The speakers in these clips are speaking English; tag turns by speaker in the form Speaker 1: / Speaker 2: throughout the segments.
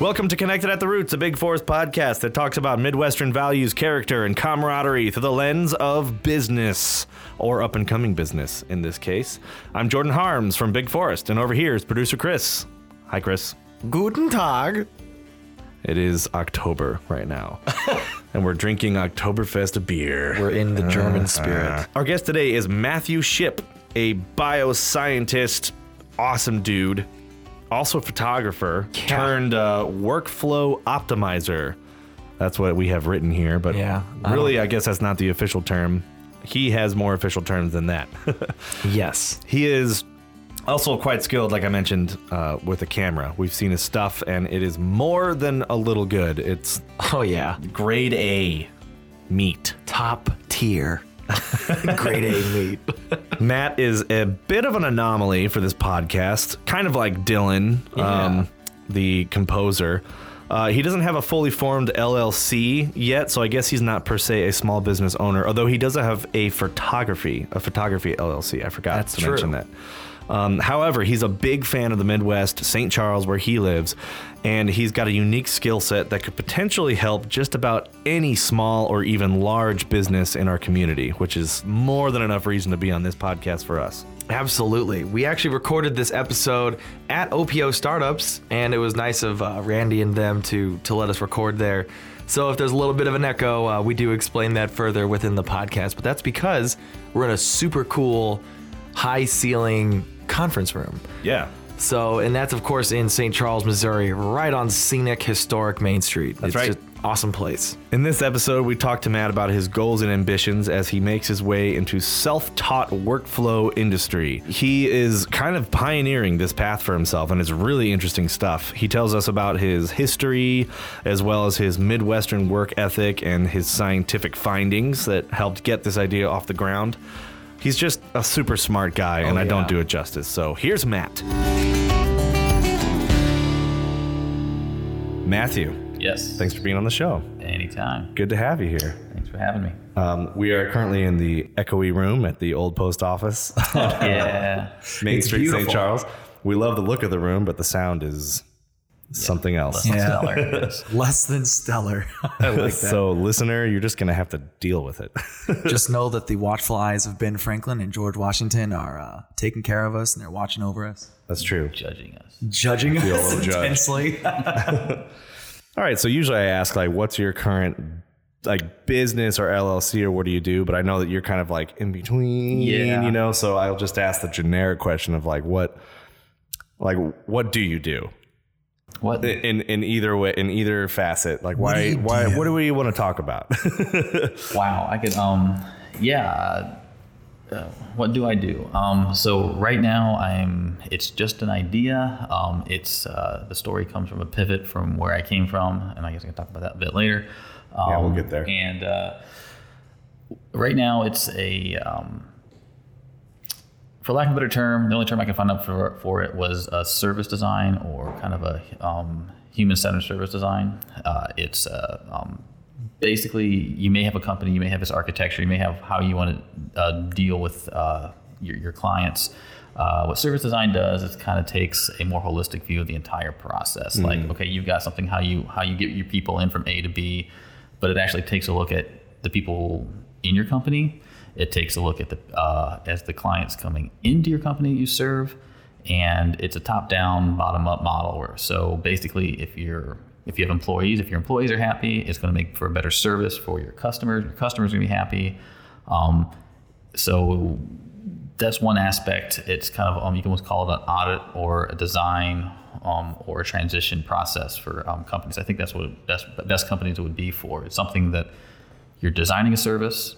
Speaker 1: Welcome to Connected at the Roots, a Big Forest podcast that talks about Midwestern values, character, and camaraderie through the lens of business, or up and coming business in this case. I'm Jordan Harms from Big Forest, and over here is producer Chris. Hi, Chris.
Speaker 2: Guten Tag.
Speaker 1: It is October right now, and we're drinking Oktoberfest beer.
Speaker 2: We're in the German spirit.
Speaker 1: Uh, Our guest today is Matthew Ship, a bioscientist, awesome dude, also a photographer, turned uh, workflow optimizer. That's what we have written here, but
Speaker 2: Yeah, I
Speaker 1: really, I guess that's not the official term. He has more official terms than that.
Speaker 2: Yes.
Speaker 1: He is also quite skilled, like I mentioned, uh, with a camera. We've seen his stuff, and it is more than a little good. It's
Speaker 2: Oh yeah.
Speaker 1: grade A meat.
Speaker 2: Top tier. Grade A meat.
Speaker 1: Matt is a bit of an anomaly for this podcast, kind of like Dylan,
Speaker 2: Yeah.
Speaker 1: um, the composer. Uh, he doesn't have a fully formed LLC yet, so I guess he's not per se a small business owner. Although he does have a photography, a photography LLC. I forgot
Speaker 2: That's
Speaker 1: to
Speaker 2: true.
Speaker 1: mention that. Um, however, he's a big fan of the Midwest, St. Charles, where he lives, and he's got a unique skill set that could potentially help just about any small or even large business in our community, which is more than enough reason to be on this podcast for us.
Speaker 2: Absolutely. We actually recorded this episode at OPO Startups, and it was nice of uh, Randy and them to to let us record there. So if there's a little bit of an echo, uh, we do explain that further within the podcast. But that's because we're in a super cool, high ceiling conference room.
Speaker 1: Yeah.
Speaker 2: So, and that's of course in St. Charles, Missouri, right on scenic, historic Main Street. That's it's
Speaker 1: right.
Speaker 2: Just awesome place.
Speaker 1: In this episode, we talked to Matt about his goals and ambitions as he makes his way into self-taught workflow industry. He is kind of pioneering this path for himself, and it's really interesting stuff. He tells us about his history, as well as his Midwestern work ethic and his scientific findings that helped get this idea off the ground. He's just a super smart guy, and I don't
Speaker 2: yeah.
Speaker 1: do it justice. So here's Matt. Matthew,
Speaker 3: Yes.
Speaker 1: thanks for being on the show.
Speaker 3: Anytime.
Speaker 1: Good to have you here.
Speaker 3: Thanks for having me.
Speaker 1: Um, we are currently in the echoey room at the old post office,
Speaker 3: yeah.
Speaker 1: Main
Speaker 2: It's
Speaker 1: Street, St.
Speaker 2: beautiful.
Speaker 1: Charles. We love the look of the room, but the sound is something else.
Speaker 2: Yeah.
Speaker 3: Stellar.
Speaker 2: Less than stellar.
Speaker 1: so, listener, you're just going to have to deal with it.
Speaker 4: just know that the watchful eyes of Ben Franklin and George Washington are uh, taking care of us and they're watching over us,
Speaker 1: That's true.
Speaker 3: Judging us.
Speaker 4: judging
Speaker 1: a
Speaker 4: us
Speaker 1: little judged.
Speaker 4: intensely.
Speaker 1: All right. So, usually I ask, like, what's your current like business or LLC or what do you do? But I know that you're kind of like in between,
Speaker 3: Yeah.
Speaker 1: you know? So, I'll just ask the generic question of like, what, like, what do you do?
Speaker 3: What?
Speaker 1: in in either way in either facet like
Speaker 4: do
Speaker 1: why
Speaker 4: you
Speaker 1: why
Speaker 4: do?
Speaker 1: what do we want to talk about
Speaker 3: Wow. I could, um, yeah. Uh, what do I do? Um, so right now I'm, it's just an idea. Um, it's, uh, the story comes from a pivot from where I came from. And I guess I can talk about that a bit later. Um,
Speaker 1: Yeah, we'll get there.
Speaker 3: And, uh, right now it's a, um, for lack of a better term, the only term I could find out for, for it was a service design or kind of a um, human centered service design. Uh, it's uh, um, basically you may have a company, you may have this architecture, you may have how you want to uh, deal with uh, your, your clients. Uh, what service design does is kind of takes a more holistic view of the entire process. Like, okay, you've got something how you how you get your people in from A to B, but it actually takes a look at the people in your company. It takes a look at the uh, as the clients coming into your company you serve, and it's a top-down, bottom-up model. Where so basically, if you're if you have employees, if your employees are happy, it's going to make for a better service for your customers. Your customers are going to be happy. Um, so that's one aspect. It's kind of um, you can almost call it an audit or a design um, or a transition process for um, companies. I think that's what best best companies would be for. It's something that you're designing a service,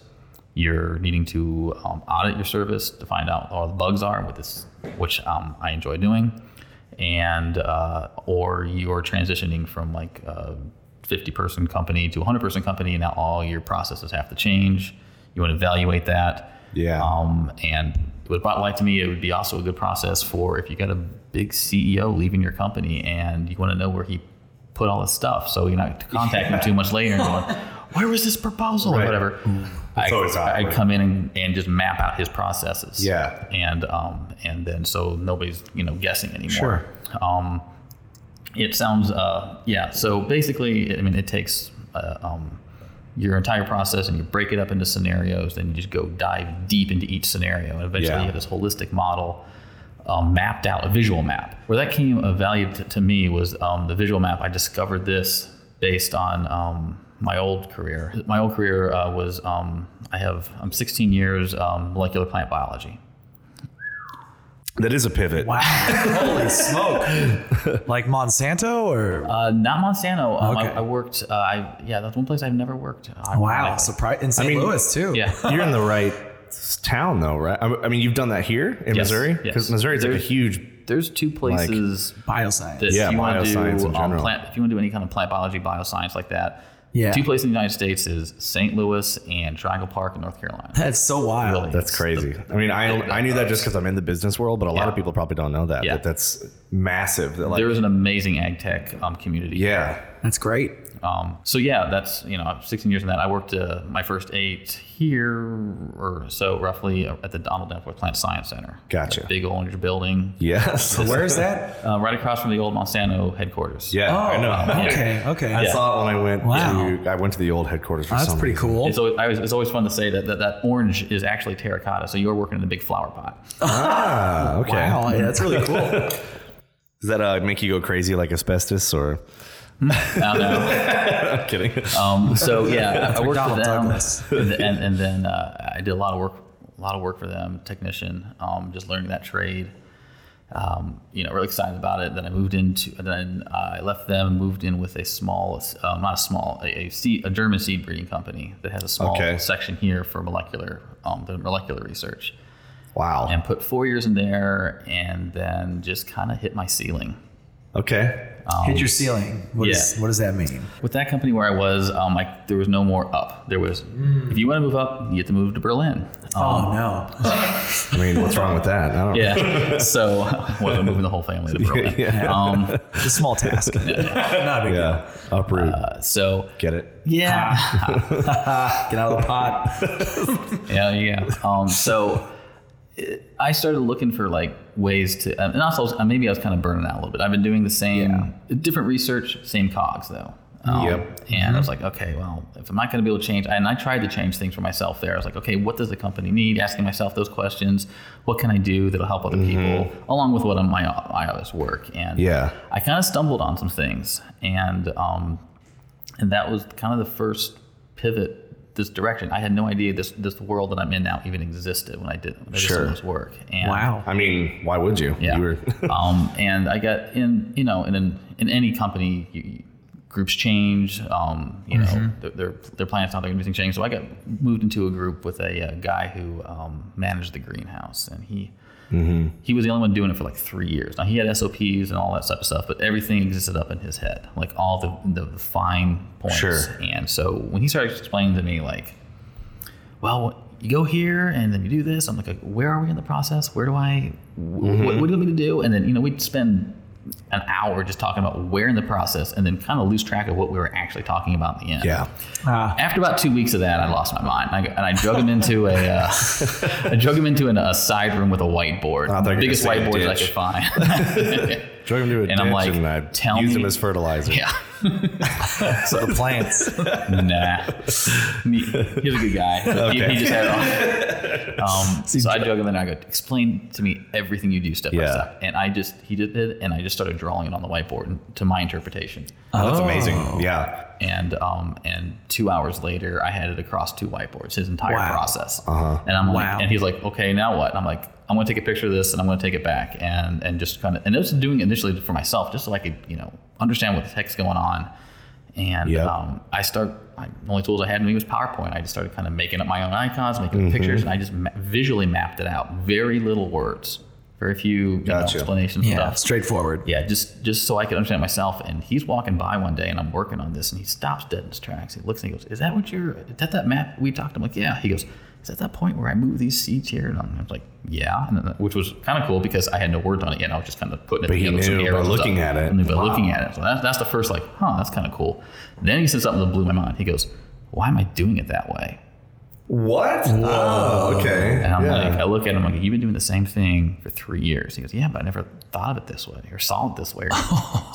Speaker 3: you're needing to um, audit your service to find out what all the bugs are, with this, which um, I enjoy doing, and uh, or you're transitioning from like a 50 person company to a 100 person company, and now all your processes have to change. You want to evaluate that.
Speaker 1: Yeah.
Speaker 3: Um, and what it brought light to me, it would be also a good process for if you got a big CEO leaving your company and you want to know where he put all his stuff, so you're not contacting him too much later and going, "Where was this proposal?" or whatever. I,
Speaker 1: Mm-hmm. always
Speaker 3: I
Speaker 1: awkward.
Speaker 3: come in and, and just map out his processes.
Speaker 1: Yeah.
Speaker 3: And um and then so nobody's you know guessing anymore.
Speaker 1: Sure.
Speaker 3: Um, It sounds, uh, yeah. So basically, I mean, it takes uh, um, your entire process and you break it up into scenarios, then you just go dive deep into each scenario. And eventually,
Speaker 1: Yeah.
Speaker 3: you have this holistic model um, mapped out, a visual map. Where that came of value to, to me was um, the visual map. I discovered this based on um, my old career. My old career uh, was um, I have I'm 16 years um, molecular plant biology.
Speaker 1: That is a pivot.
Speaker 4: Wow. Holy smoke. like Monsanto or
Speaker 1: Oh,
Speaker 3: Uh, not Monsanto. Um,
Speaker 4: Okay.
Speaker 3: I, I worked. Uh, I yeah, that's one place I've never worked. Uh,
Speaker 4: wow,
Speaker 3: ironically.
Speaker 4: surprise in St.
Speaker 1: mean-
Speaker 4: Louis too.
Speaker 3: Yeah.
Speaker 1: You're in the right s- town, though, right? I I mean, you've done that here in
Speaker 3: Yes,
Speaker 1: Missouri
Speaker 3: yes.
Speaker 1: because Missouri's like a
Speaker 3: There's-
Speaker 1: huge.
Speaker 3: There's two places
Speaker 4: Bioscience.
Speaker 3: that
Speaker 1: Yeah,
Speaker 3: if you want to do
Speaker 1: bioscience in
Speaker 3: um,
Speaker 1: general.
Speaker 3: plant, if you want to do any kind of plant biology, bioscience like that.
Speaker 4: Yeah.
Speaker 3: Two places in the United States is St. Louis and Triangle Park in North Carolina.
Speaker 4: That's so wild.
Speaker 3: Really.
Speaker 1: That's crazy. I mean, I I knew that just because I'm in the business world, but a lot
Speaker 3: Yeah.
Speaker 1: of people probably don't know that.
Speaker 3: Yeah.
Speaker 1: That that's massive. That like,
Speaker 3: There is an amazing ag tech um, community.
Speaker 1: yeah,
Speaker 4: That's great.
Speaker 3: Um, so yeah, that's you know, I'm 16 years in that. I worked uh, my first eight here or so, roughly uh, at the Donald Danforth Plant Science Center.
Speaker 1: Gotcha.
Speaker 3: Big old building,
Speaker 1: yes.
Speaker 4: Where is that?
Speaker 3: uh, right across from the old Monsanto headquarters.
Speaker 1: Yeah, I know.
Speaker 4: Oh, Okay, okay.
Speaker 1: I
Speaker 3: Yeah.
Speaker 1: saw it when I went.
Speaker 4: Wow.
Speaker 1: To, I went to the old headquarters for
Speaker 4: That's
Speaker 1: some
Speaker 4: pretty
Speaker 1: reason.
Speaker 4: cool.
Speaker 3: It's always, I was, it's always fun to say that, that that orange is actually terracotta. So you're working in a big flower pot.
Speaker 1: Ah, okay.
Speaker 4: Wow, yeah, that's really cool.
Speaker 1: Does that uh, make you go crazy like asbestos or?
Speaker 3: I don't know.
Speaker 1: I'm kidding.
Speaker 3: Um, so yeah, I worked
Speaker 4: Donald
Speaker 3: for them,
Speaker 4: Douglas.
Speaker 3: and, th- and, and then uh, I did a lot of work, a lot of work for them, technician, um, just learning that trade. Um, you know, really excited about it. Then I moved into, and then I left them, and moved in with a small, um, not a small, a, a, seed, a German seed breeding company that has a small
Speaker 1: Okay.
Speaker 3: section here for molecular, um, the molecular research.
Speaker 1: wow.
Speaker 3: and put four years in there and then just kind of hit my ceiling.
Speaker 1: Okay.
Speaker 4: Hit your ceiling. What, is-
Speaker 3: Yeah.
Speaker 4: what does that mean?
Speaker 3: With that company where I was, um, like there was no more up. There was, if you want to move up, you have to move to Berlin. Um,
Speaker 4: Hmm. Oh, no.
Speaker 1: I mean, what's wrong with that? I don't.
Speaker 3: yeah. So, well, I'm moving the whole family to Berlin. Um,
Speaker 4: It's a small task. Not a big
Speaker 1: Yeah. Uproot.
Speaker 3: Uh, so,
Speaker 1: Get it.
Speaker 3: yeah.
Speaker 4: deal. Get out of the pot.
Speaker 3: yeah, yeah. Um, so it, I started looking for like ways to, and also uh, maybe I was kind of burning out a little bit. I've been doing the same, different research, same cogs though. Um,
Speaker 1: Yep. Mm-hmm.
Speaker 3: And I was like, okay, well, if I'm not going to be able to change, and I tried to change things for myself there. I was like, okay, what does the company need? Asking myself those questions. What can I do that'll help other people, along with what on my iOS work? And
Speaker 1: Mm-hmm. Yeah.
Speaker 3: I kind of stumbled on some things, and um, and that was kind of the first pivot this direction. I had no idea this this world that I'm in now even existed when I did when I did
Speaker 1: Sure.
Speaker 3: some of this work. And
Speaker 4: Wow.
Speaker 1: I mean, why would you?
Speaker 3: yeah.
Speaker 1: You were.
Speaker 3: um, and I got in, you know, in in, in any company, you, you- groups change. Um, you know, their, their their plans, how they're going to change. So I got moved into a group with a, uh guy who um, managed the greenhouse, and he. He was the only one doing it for like three years. Now he had SOPs and all that type of stuff, but everything existed up in his head, like all the the fine points.
Speaker 1: Sure.
Speaker 3: And so when he started explaining to me, like, well, you go here and then you do this. I'm like, where are we in the process? Where do I, wh-
Speaker 1: Mm-hmm.
Speaker 3: what, what do you want me to do? And then, you know, we'd spend an hour just talking about where in the process and then kind of lose track of what we were actually talking about in the end.
Speaker 1: yeah.
Speaker 4: Ah,
Speaker 3: After about two weeks of that, I lost my mind. I, go- and I drug him into a, uh, I drug him into an, a side room with a whiteboard,
Speaker 1: I thought you were
Speaker 3: the biggest
Speaker 1: gonna say a
Speaker 3: whiteboard I
Speaker 1: ditch.
Speaker 3: could find.
Speaker 1: Drove him to a
Speaker 3: And I'm
Speaker 1: ditch
Speaker 3: like,
Speaker 1: and I
Speaker 3: tell
Speaker 1: used
Speaker 3: me-
Speaker 1: him as fertilizer.
Speaker 3: yeah.
Speaker 4: so the plants.
Speaker 3: nah. Me, he's a good guy. But he, he just had it on. Um, so I drug him in and I go, explain to me everything you do step by
Speaker 1: Yeah.
Speaker 3: step. And I just, he did it and I just started drawing it on the whiteboard and, to my interpretation.
Speaker 1: Oh, that's amazing. Yeah.
Speaker 3: And um, and two hours later, I had it across two whiteboards, his entire
Speaker 4: Wow.
Speaker 3: process. Uh-huh. And I'm
Speaker 4: Wow.
Speaker 3: like, and he's like, okay, now what? And I'm like, I'm going to take a picture of this and I'm going to take it back and and just kind of and I was doing it initially for myself just so I could you know understand what the heck's going on. And
Speaker 1: Yep.
Speaker 3: um, I start. I, the only tools I had in me was PowerPoint. I just started kind of making up my own icons, making up pictures, and I just ma- visually mapped it out. Very little words, very few you know,
Speaker 1: Gotcha.
Speaker 3: explanations.
Speaker 4: Yeah,
Speaker 3: stuff
Speaker 4: straightforward.
Speaker 3: yeah, just just so I could understand myself. And he's walking by one day, and I'm working on this, and he stops dead in his tracks. He looks and he goes, "Is that what you're? Is that that map we talked?" I'm like, "Yeah." He goes, "Is that that point where I move these seeds here?" And I'm, I was like, "Yeah," and then, which was kind of cool because I had no words on it yet. and I was just kind of putting it
Speaker 1: But he
Speaker 3: together. with some
Speaker 1: knew by
Speaker 3: arrows and
Speaker 1: looking
Speaker 3: stuff.
Speaker 1: at it.
Speaker 3: I knew by looking at it. So that's that's the first like, huh? That's kind of cool. Then he said something that blew my mind. He goes, "Why am I doing it that way?"
Speaker 5: What? Oh, okay.
Speaker 3: And I'm
Speaker 5: yeah.
Speaker 3: like, I look at him like, you've been doing the same thing for three years. He goes, yeah, but I never thought of it this way or saw it this way.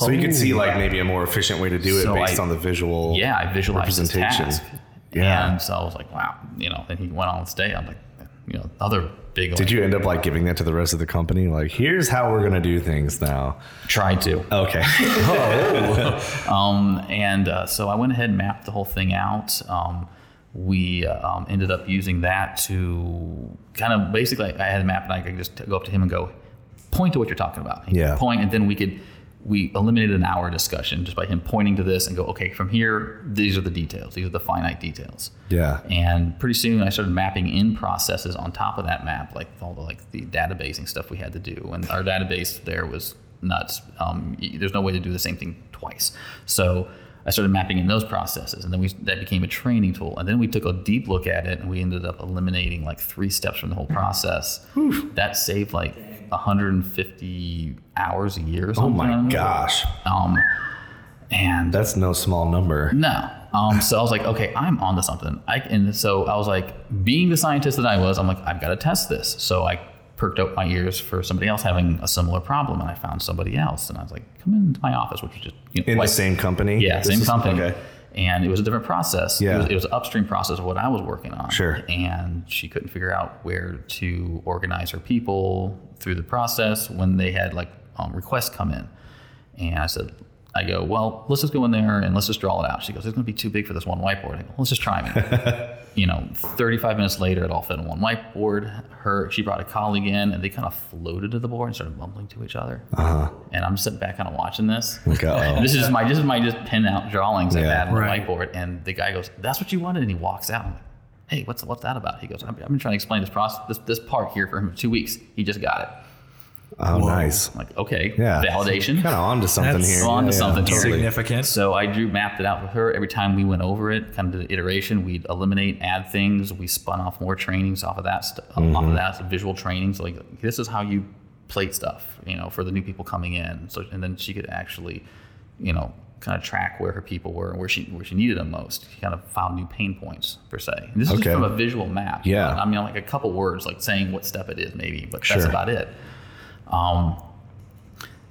Speaker 1: So you can see like maybe a more efficient way to do it
Speaker 3: So
Speaker 1: based
Speaker 3: I-
Speaker 1: on the visual.
Speaker 3: yeah, I visualized his
Speaker 1: Representation.
Speaker 3: task.
Speaker 1: Yeah.
Speaker 3: And so I was like, wow, you know, then he went on this day. I'm like, you know, another big
Speaker 1: Did you end up like giving that to the rest of the company? Like, here's how we're gonna do things now.
Speaker 3: try to?
Speaker 1: Okay.
Speaker 3: Um, and uh, so I went ahead and mapped the whole thing out. Um, we uh, um, ended up using that to kind of basically, I had a map and I could just go up to him and go, point to what you're talking about. He could
Speaker 1: Yeah.
Speaker 3: Point, and then we could, we eliminated an hour discussion just by him pointing to this and go, okay, from here, these are the details. These are the finite details.
Speaker 1: yeah.
Speaker 3: And pretty soon, I started mapping in processes on top of that map, like all the like the databasing stuff we had to do. And our database there was nuts. Um, y- there's no way to do the same thing twice. So I started mapping in those processes, and then we that became a training tool. And then we took a deep look at it, and we ended up eliminating like three steps from the whole process. That saved like 150 hours a year. Or
Speaker 1: Oh
Speaker 3: something.
Speaker 1: my gosh,
Speaker 3: Um, and
Speaker 1: that's no small number.
Speaker 3: no. Um, so I was like, okay, I'm onto something. I and so I was like, being the scientist that I was, I'm like, I've got to test this. So I perked up my ears for somebody else having a similar problem, and I found somebody else, and I was like, come into my office, which was just you know,
Speaker 1: In
Speaker 3: like-
Speaker 1: the same company.
Speaker 3: yeah,
Speaker 1: This
Speaker 3: same
Speaker 1: is-
Speaker 3: company.
Speaker 1: Okay.
Speaker 3: And it was a different process.
Speaker 1: Yeah.
Speaker 3: It was, it was an upstream process of what I was working on.
Speaker 1: Sure.
Speaker 3: And she couldn't figure out where to organize her people through the process when they had like um, requests come in. And I said, I go, well, let's just go in there and let's just draw it out. She goes, it's going to be too big for this one whiteboard. I go, let's just try it. you know, 35 minutes later, it all fit on one whiteboard. Her, she brought a colleague in, and they kind of floated to the board and started mumbling to each other. Uh-huh. And I'm sitting back, kind of watching this.
Speaker 1: Like, uh-oh.
Speaker 3: And this is my this is my just pen out drawings I
Speaker 1: Yeah.
Speaker 3: had on
Speaker 4: Right.
Speaker 3: the whiteboard, and the guy goes, "That's what you wanted," and he walks out. I'm like, "Hey, what's what's that about?" He goes, "I've I've been trying to explain this process, this this part here for him for two weeks. He just got it."
Speaker 1: Oh, nice.
Speaker 3: I'm like, "Okay,
Speaker 1: Yeah.
Speaker 3: validation."
Speaker 1: Kind of onto something
Speaker 4: That's
Speaker 1: here.
Speaker 3: onto something here.
Speaker 1: totally.
Speaker 4: Significant.
Speaker 3: So I drew mapped it out with her. Every time we went over it, kind of did an iteration, we'd eliminate, add things. We spun off more trainings off of that stuff, off
Speaker 1: Mm-hmm.
Speaker 3: of that visual trainings. Like this is how you plate stuff, you know, for the new people coming in. So and then she could actually, you know, kind of track where her people were and where she where she needed them most. She kind of found new pain points per se. And this is
Speaker 1: Okay.
Speaker 3: just from a visual map.
Speaker 1: Yeah.
Speaker 3: I mean, like a couple words, like saying what step it is, maybe, but
Speaker 1: Sure.
Speaker 3: that's about it. Um,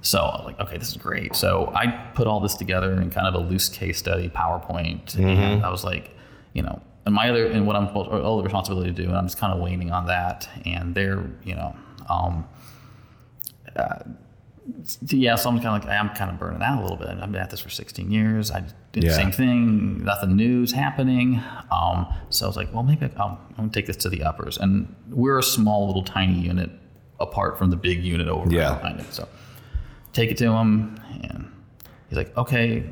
Speaker 3: so I was like, okay, this is great. So I put all this together in kind of a loose case study PowerPoint. And I was like, you know, and my other and what I'm supposed or all the responsibility to do, and I'm just kind of waiting on that. And they're, you know, um, so, yeah, so I'm kind of like I'm kind of burning out a little bit. I've been at this for 16 years. I did
Speaker 1: Yeah.
Speaker 3: the same thing. Nothing new's happening. Um, so I was like, well, maybe I, I'll, I'm gonna take this to the uppers. And we're a small little tiny unit apart from the big unit over
Speaker 1: Yeah.
Speaker 3: behind it. So take it to him, and he's like, okay,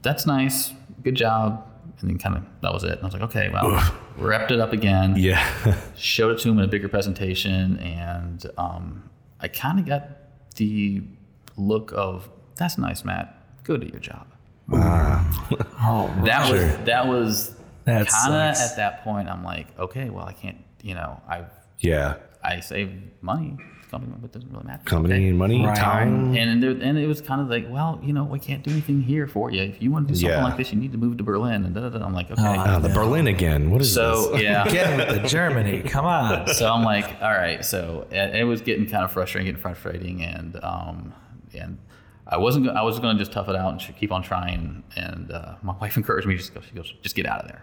Speaker 3: that's nice, good job. And then kind of that was it. And I was like, okay, well, wrapped it up again
Speaker 1: Yeah.
Speaker 3: showed it to him in a bigger presentation, and um, I kind of got the look of "That's nice, Matt. Go do your job."
Speaker 4: Oh,
Speaker 3: That was that was kind
Speaker 4: That
Speaker 3: of
Speaker 4: sucks.
Speaker 3: at that point. I'm like, okay, well, I can't. You know, I
Speaker 1: Yeah.
Speaker 3: I save money. Company, but it doesn't really matter.
Speaker 1: Company,
Speaker 3: Okay.
Speaker 1: money,
Speaker 4: Right.
Speaker 1: time.
Speaker 3: And there, and it was kind of like, well, you know, we can't do anything here for you. If you want to do something
Speaker 1: Yeah.
Speaker 3: like this, you need to move to Berlin. And da, da, da. I'm
Speaker 4: Oh,
Speaker 3: like, okay.
Speaker 1: Ah, the Berlin again. What is
Speaker 3: so
Speaker 1: this?
Speaker 3: yeah,
Speaker 4: Get with the Germany. Come on.
Speaker 3: so I'm like, all right. So it, it was getting kind of frustrating, getting frustrating, and um, and I wasn't, go- I was going to just tough it out and sh- keep on trying. And uh, my wife encouraged me. She goes, she goes, just get out of there.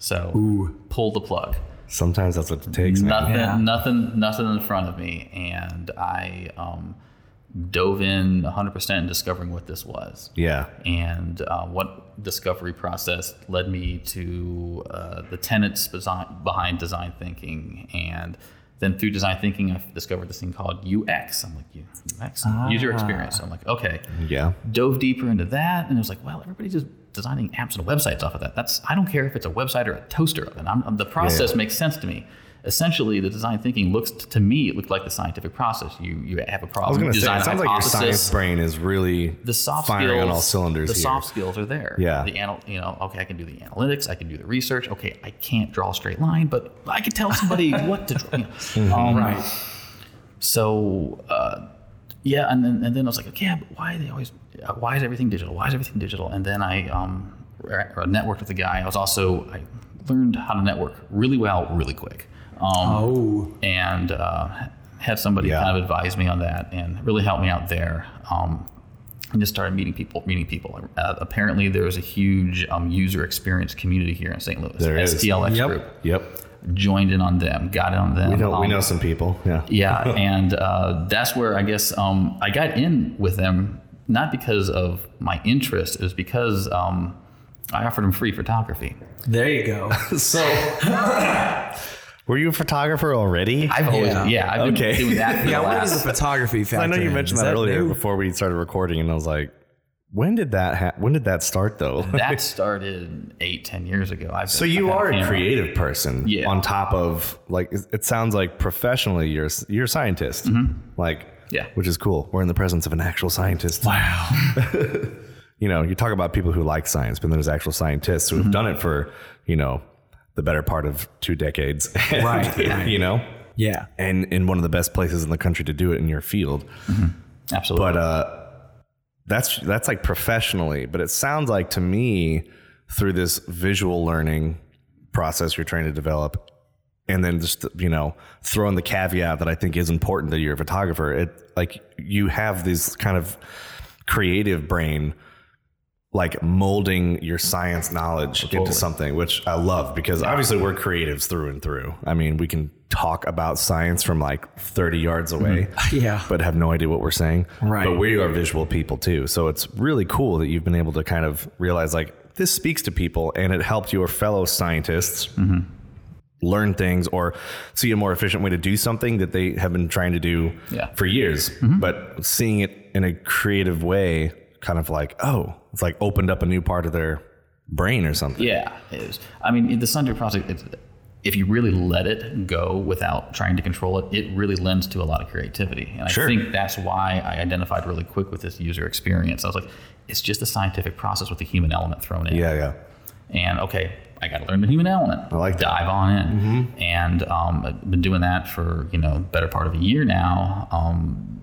Speaker 3: So pull the plug.
Speaker 1: Sometimes that's what it takes, man.
Speaker 3: Nothing,
Speaker 4: Yeah.
Speaker 3: nothing, nothing in front of me, and I um, dove in 100% in discovering what this was
Speaker 1: Yeah.
Speaker 3: and uh, what discovery process led me to uh, the tenets design, behind design thinking and then through design thinking i discovered this thing called ux i'm like "U- ux user
Speaker 1: Ah.
Speaker 3: experience i'm like okay
Speaker 1: Yeah.
Speaker 3: dove deeper into that and it was like well everybody's just designing apps and websites off of that that's i don't care if it's a website or a toaster oven I'm, I'm- the process makes sense to me essentially the design thinking looks to me it looked like the scientific process you you have a problem
Speaker 1: I was gonna say,
Speaker 3: design
Speaker 1: it
Speaker 3: a
Speaker 1: sounds like your
Speaker 3: hypothesis
Speaker 1: science brain is really
Speaker 3: the soft
Speaker 1: firing
Speaker 3: skills
Speaker 1: on all cylinders
Speaker 3: The
Speaker 1: here.
Speaker 3: soft skills are there.
Speaker 1: Yeah.
Speaker 3: The anal, you know, okay, I can do the analytics, I can do the research. Okay, I can't draw a straight line, but I can tell somebody what to draw. you know.
Speaker 1: Mm-hmm.
Speaker 3: Um,
Speaker 4: Right.
Speaker 3: So, uh, yeah, and then and then I was like, okay, yeah, but why are they always? uh, Why is everything digital? Why is everything digital? And then I um, re- networked with a guy. I was also I learned how to network really well, really quick. Um,
Speaker 4: Oh,
Speaker 3: and uh, had somebody
Speaker 1: Yeah.
Speaker 3: kind of advise me on that and really help me out there. Um, and just started meeting people, meeting people. Uh, apparently, there was a huge um, user experience community here in St. Louis.
Speaker 1: There is.
Speaker 3: STLX
Speaker 4: Yep.
Speaker 3: group
Speaker 1: Yep.
Speaker 3: joined in on them, got in on them.
Speaker 1: We know we
Speaker 3: Um,
Speaker 1: know some people. Yeah.
Speaker 3: yeah, and uh, that's where I guess um, I got in with them not because of my interest, it was because um, I offered them free photography.
Speaker 4: there you go.
Speaker 1: So Were you a photographer already?
Speaker 3: I've always,
Speaker 4: Yeah.
Speaker 3: yeah, I've been
Speaker 1: Okay.
Speaker 3: doing that. For
Speaker 4: yeah,
Speaker 3: the
Speaker 4: what is
Speaker 3: last,
Speaker 4: the photography factor?
Speaker 1: I know you
Speaker 4: in?
Speaker 1: mentioned
Speaker 4: Is
Speaker 1: that, earlier
Speaker 4: new?
Speaker 1: before we started recording, and I was like, when did that ha- when did that start though?
Speaker 3: that started eight, ten years ago. I've been,
Speaker 1: so you
Speaker 3: I've had
Speaker 1: are a
Speaker 3: camera.
Speaker 1: creative person
Speaker 3: Yeah.
Speaker 1: on top of like it it sounds like professionally you're s- you're a scientist. Like
Speaker 3: Yeah.
Speaker 1: which is cool. We're in the presence of an actual scientist. Wow. you know, you talk about people who like science, but then there's actual scientists who have done it for, you know, the better part of two decades.
Speaker 4: Right, right.
Speaker 1: You know?
Speaker 4: Yeah.
Speaker 1: And in one of the best places in the country to do it in your field.
Speaker 3: Absolutely.
Speaker 1: but uh that's that's like professionally but it sounds like to me through this visual learning process you're trying to develop and then just you know throwing the caveat that i think is important that you're a photographer it like you have this kind of creative brain like molding your science knowledge into something which i love because obviously we're creatives through and through i mean we can talk about science from like 30 yards away
Speaker 4: Mm-hmm. Yeah.
Speaker 1: but have no idea what we're saying.
Speaker 4: Right.
Speaker 1: But we are visual people too. So it's really cool that you've been able to kind of realize like this speaks to people and it helped your fellow scientists
Speaker 4: Mm-hmm.
Speaker 1: learn things or see a more efficient way to do something that they have been trying to do
Speaker 3: Yeah.
Speaker 1: for years.
Speaker 3: Mm-hmm.
Speaker 1: But seeing it in a creative way, kind of like, oh, it's like opened up a new part of their brain or something.
Speaker 3: Yeah, it was. I mean, the Sundew project. It's, if you really let it go without trying to control it, it really lends to a lot of creativity. And
Speaker 1: Sure.
Speaker 3: I think that's why I identified really quick with this user experience. I was like, it's just a scientific process with a human element thrown in.
Speaker 1: Yeah, yeah.
Speaker 3: And okay, I got to learn the human element. I
Speaker 1: like that.
Speaker 3: Dive on in. And um, I've been doing that for, you know, better part of a year now. Um,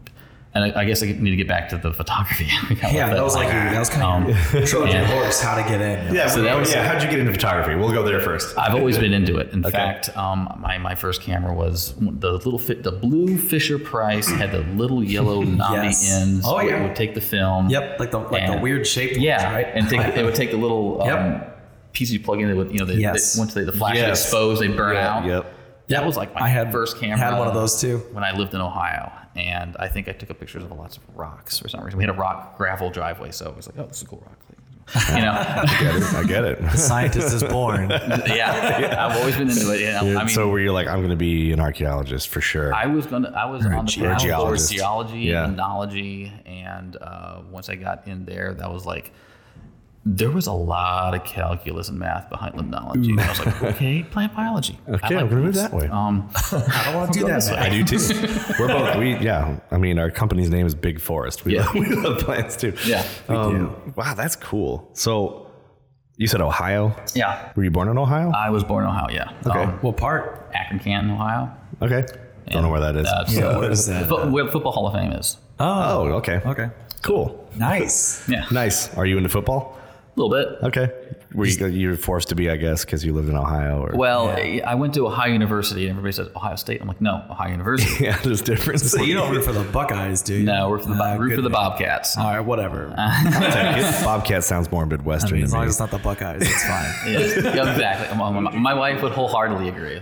Speaker 3: and I, I guess I need to get back to the photography. We got
Speaker 4: Yeah,
Speaker 3: off
Speaker 4: that was like your- that was kind of your Trojan
Speaker 3: Um, yeah.
Speaker 4: horse. How to get in?
Speaker 1: Yeah,
Speaker 3: So that was-
Speaker 1: yeah. How'd you get into photography? We'll go there first.
Speaker 3: I've always been into it. In fact, um, my, my first camera was the little fit, the blue Fisher Price had the little yellow knobby
Speaker 4: Yes.
Speaker 3: ends.
Speaker 4: Oh,
Speaker 3: where
Speaker 4: yeah.
Speaker 3: it would take the film.
Speaker 4: Yep, like the like the
Speaker 3: And-
Speaker 4: weird shaped ones,
Speaker 3: Yeah,
Speaker 4: right?
Speaker 3: and take, it would take the little um, piece you plug in. That would you know they, they-
Speaker 4: Yes.
Speaker 3: once they, the flash would
Speaker 1: Yes.
Speaker 3: expose, they burn out.
Speaker 1: Yep.
Speaker 3: That was like my
Speaker 4: I had
Speaker 3: first camera.
Speaker 4: Had one of those too.
Speaker 3: when I lived in Ohio, and I think I took up pictures of lots of rocks for some reason. We had a rock gravel driveway, so it was like, oh, this is a cool rock. You know,
Speaker 1: I get it.
Speaker 4: Scientist is born.
Speaker 3: yeah, I've always been into it. Yeah, I mean,
Speaker 1: so were you like, I'm going to be an archaeologist for sure?
Speaker 3: I was gonna. I was on the
Speaker 1: geo- or
Speaker 3: ground floor
Speaker 1: geologist.
Speaker 3: geology,
Speaker 1: Yeah.
Speaker 3: ethnology, and uh, once I got in there, that was like there was a lot of calculus and math behind limnology. And I was like, okay, plant biology.
Speaker 1: okay, I'm going to move that way.
Speaker 3: Um,
Speaker 4: I don't want to do that.
Speaker 1: I do too. We're both. We yeah. I mean, our company's name is Big Forest. We,
Speaker 3: Yeah.
Speaker 1: love, we love plants too.
Speaker 3: Yeah, we
Speaker 1: Um, Wow, that's cool. So, you said Ohio?
Speaker 3: yeah,
Speaker 1: Were you born in Ohio?
Speaker 3: I was born in Ohio. Yeah,
Speaker 1: Okay.
Speaker 3: um,
Speaker 4: What part?
Speaker 3: Akron, Canton, Ohio.
Speaker 1: okay. Don't know where that is.
Speaker 3: Uh, so
Speaker 4: What is that?
Speaker 3: fo- where the Football Hall of Fame is.
Speaker 1: oh, okay.
Speaker 4: Okay.
Speaker 1: Cool.
Speaker 4: Nice.
Speaker 3: Yeah, a
Speaker 1: Nice. Are you into football?
Speaker 3: little bit.
Speaker 1: Okay. Were you, you were forced to be, I guess, because you lived in Ohio? Or
Speaker 3: Well, I went to Ohio University, and everybody says Ohio State. I'm like, no, Ohio University.
Speaker 1: yeah, there's differences.
Speaker 4: So you don't root for the Buckeyes, do you?
Speaker 3: no, we're for the,
Speaker 4: Ah,
Speaker 3: Bo- root for the
Speaker 4: goodness.
Speaker 3: Bobcats.
Speaker 4: All right, whatever.
Speaker 1: Bobcat sounds more
Speaker 4: I
Speaker 1: Midwestern.
Speaker 4: mean, as
Speaker 1: to
Speaker 4: long
Speaker 1: me.
Speaker 4: as it's not the Buckeyes, it's fine.
Speaker 3: Yes, yeah, exactly. My, my- my wife would wholeheartedly agree.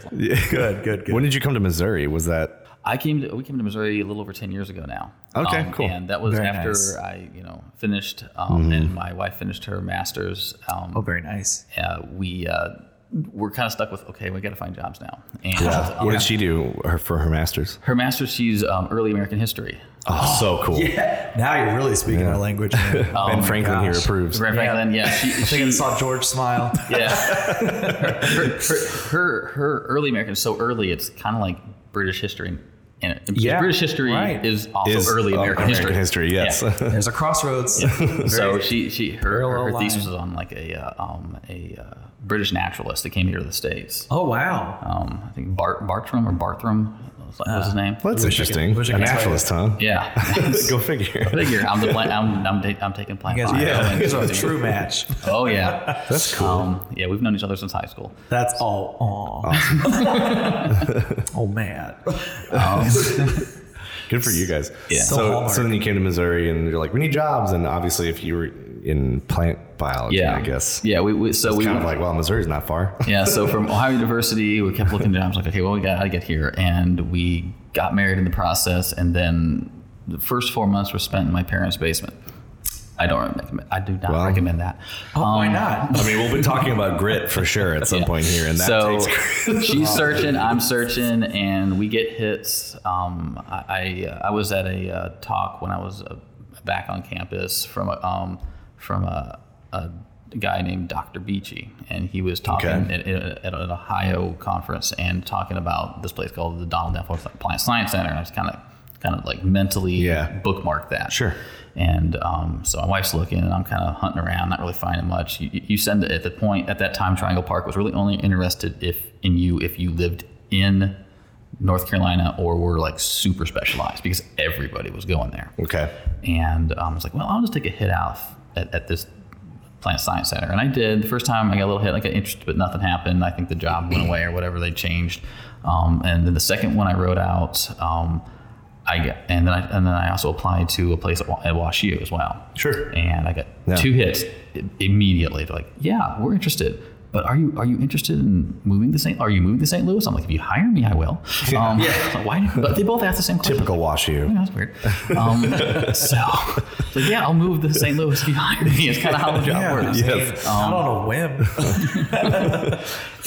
Speaker 4: good, good, good.
Speaker 1: When did you come to Missouri? Was that
Speaker 3: I came to we came to Missouri a little over ten years ago now.
Speaker 1: Okay,
Speaker 3: Um,
Speaker 1: cool.
Speaker 3: And that was
Speaker 4: Very
Speaker 3: after
Speaker 4: nice.
Speaker 3: I, you know, finished, um, and my wife finished her master's. Um,
Speaker 4: oh, very nice.
Speaker 3: uh, we uh, we're kind of stuck with okay, we got to find jobs now. And um,
Speaker 1: What did she do her, for her master's?
Speaker 3: her master's, she's um, early American history.
Speaker 1: Oh, so cool. Oh
Speaker 4: Yeah. Now you're really speaking our language. man.
Speaker 3: Oh.
Speaker 1: ben Franklin
Speaker 4: gosh.
Speaker 1: here approves.
Speaker 3: Right, Franklin. Yeah, she,
Speaker 4: I think I saw George smile.
Speaker 3: yeah. Her, her, her, her early American is so early, it's kind of like British history. And and
Speaker 1: Yeah,
Speaker 3: British history
Speaker 4: right.
Speaker 3: is also early
Speaker 1: uh,
Speaker 3: American, history.
Speaker 1: yes.
Speaker 3: Yeah.
Speaker 4: There's a crossroads.
Speaker 3: so she, she her, her,
Speaker 4: parallel
Speaker 3: thesis
Speaker 4: line.
Speaker 3: was on like a uh, um, a uh, British naturalist that came here to the states.
Speaker 4: Oh wow.
Speaker 3: Um, I think Bart Bartram or Bartram, was like, what's his name?
Speaker 1: Well, that's interesting.
Speaker 5: wish I
Speaker 1: a
Speaker 5: could tell you.
Speaker 1: naturalist, huh?
Speaker 3: Yeah.
Speaker 1: Go figure.
Speaker 3: Figure. I'm the plan. I'm I'm, ta- I'm taking plan.
Speaker 4: guys
Speaker 3: five.
Speaker 4: are-
Speaker 1: Yeah.
Speaker 4: you guys are a true match.
Speaker 3: Oh yeah.
Speaker 1: That's cool.
Speaker 3: Um, yeah, we've known each other since high school.
Speaker 4: That's all. Aw. oh man.
Speaker 1: Good for you guys.
Speaker 3: Yeah. So
Speaker 1: So,
Speaker 4: Hallmark.
Speaker 1: so then you came to Missouri and you're like, we need jobs. And obviously, if you were in plant biology,
Speaker 3: Yeah.
Speaker 1: I guess.
Speaker 3: Yeah. We, we so we
Speaker 1: Kind of like, well, Missouri's not far.
Speaker 3: yeah. So from Ohio University, we kept looking at jobs. Like, okay, well, we got to get here, and we got married in the process, and then the first four months were spent in my parents' basement. I don't recommend. I do not
Speaker 1: Well.
Speaker 3: recommend that.
Speaker 4: Why
Speaker 3: Um,
Speaker 4: not?
Speaker 1: I mean, we've been talking about grit for sure at some
Speaker 3: Yeah.
Speaker 1: point here, and that
Speaker 3: so
Speaker 1: takes
Speaker 3: she's searching, I'm searching, and we get hits. Um, I I, uh, I was at a uh, talk when I was uh, back on campus from a, um, from a, a guy named Dr. Beachy, and he was talking
Speaker 1: Okay.
Speaker 3: at, at, at an Ohio conference and talking about this place called the Donald F. Plant Science Center, and I was kind of kind of like mentally
Speaker 1: Yeah.
Speaker 3: bookmarked that.
Speaker 1: Sure.
Speaker 3: And um, so my wife's looking, and I'm kind of hunting around, not really finding much. You, you send it at the point at that time. Triangle Park was really only interested if in you if you lived in North Carolina or were like super specialized because everybody was going there.
Speaker 1: okay.
Speaker 3: And um, I was like, well, I'll just take a hit out at, at this plant science center. And I did. The first time I got a little hit, like I got interested, but nothing happened. I think the job went away or whatever they changed. Um, and then the second one I wrote out, um, I got, and then I, and then I also applied to a place at, Wa- at WashU as well.
Speaker 1: Sure.
Speaker 3: And I got
Speaker 1: Yeah.
Speaker 3: two hits i- immediately. They're like, yeah, we're interested. But are you are you interested in moving to St. Are you moving to St. Louis? I'm like, if you hire me, I will. Um, Why? But they both asked the same question.
Speaker 1: Typical wash you.
Speaker 3: Yeah, that's weird. Um, so, so, yeah, I'll move to St. Louis if you hire me. It's kind of how the job works.
Speaker 1: Yes.
Speaker 4: Not on a whim.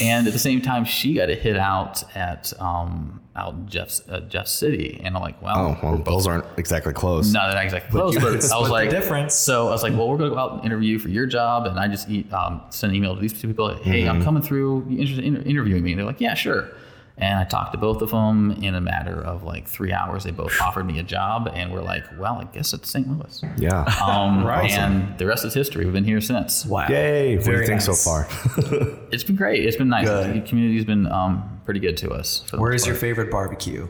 Speaker 3: And at the same time, she got a hit out at um, out in Jeff's uh, Jeff City, and I'm like, well,
Speaker 1: Oh, well, those aren't exactly close.
Speaker 3: no, they're not exactly close. But I was like,
Speaker 4: difference.
Speaker 3: So I was like, well, we're gonna go out and interview for your job, and I just eat, um, send an email to these two people. Like, hey, I'm coming through. You interested in interviewing me? And they're like, yeah, sure. And I talked to both of them in a matter of like three hours. They both offered me a job, and we're like, well, I guess it's St. Louis.
Speaker 1: Yeah.
Speaker 3: Um, And the rest is history. We've been here since.
Speaker 4: Wow.
Speaker 1: Yay. What do you
Speaker 4: Very
Speaker 1: think so
Speaker 4: nice.
Speaker 1: far?
Speaker 3: It's been great. It's been nice.
Speaker 4: Good.
Speaker 3: The community's been um, pretty good to us. for the
Speaker 4: Where
Speaker 3: most
Speaker 4: is your
Speaker 3: part.
Speaker 4: favorite barbecue?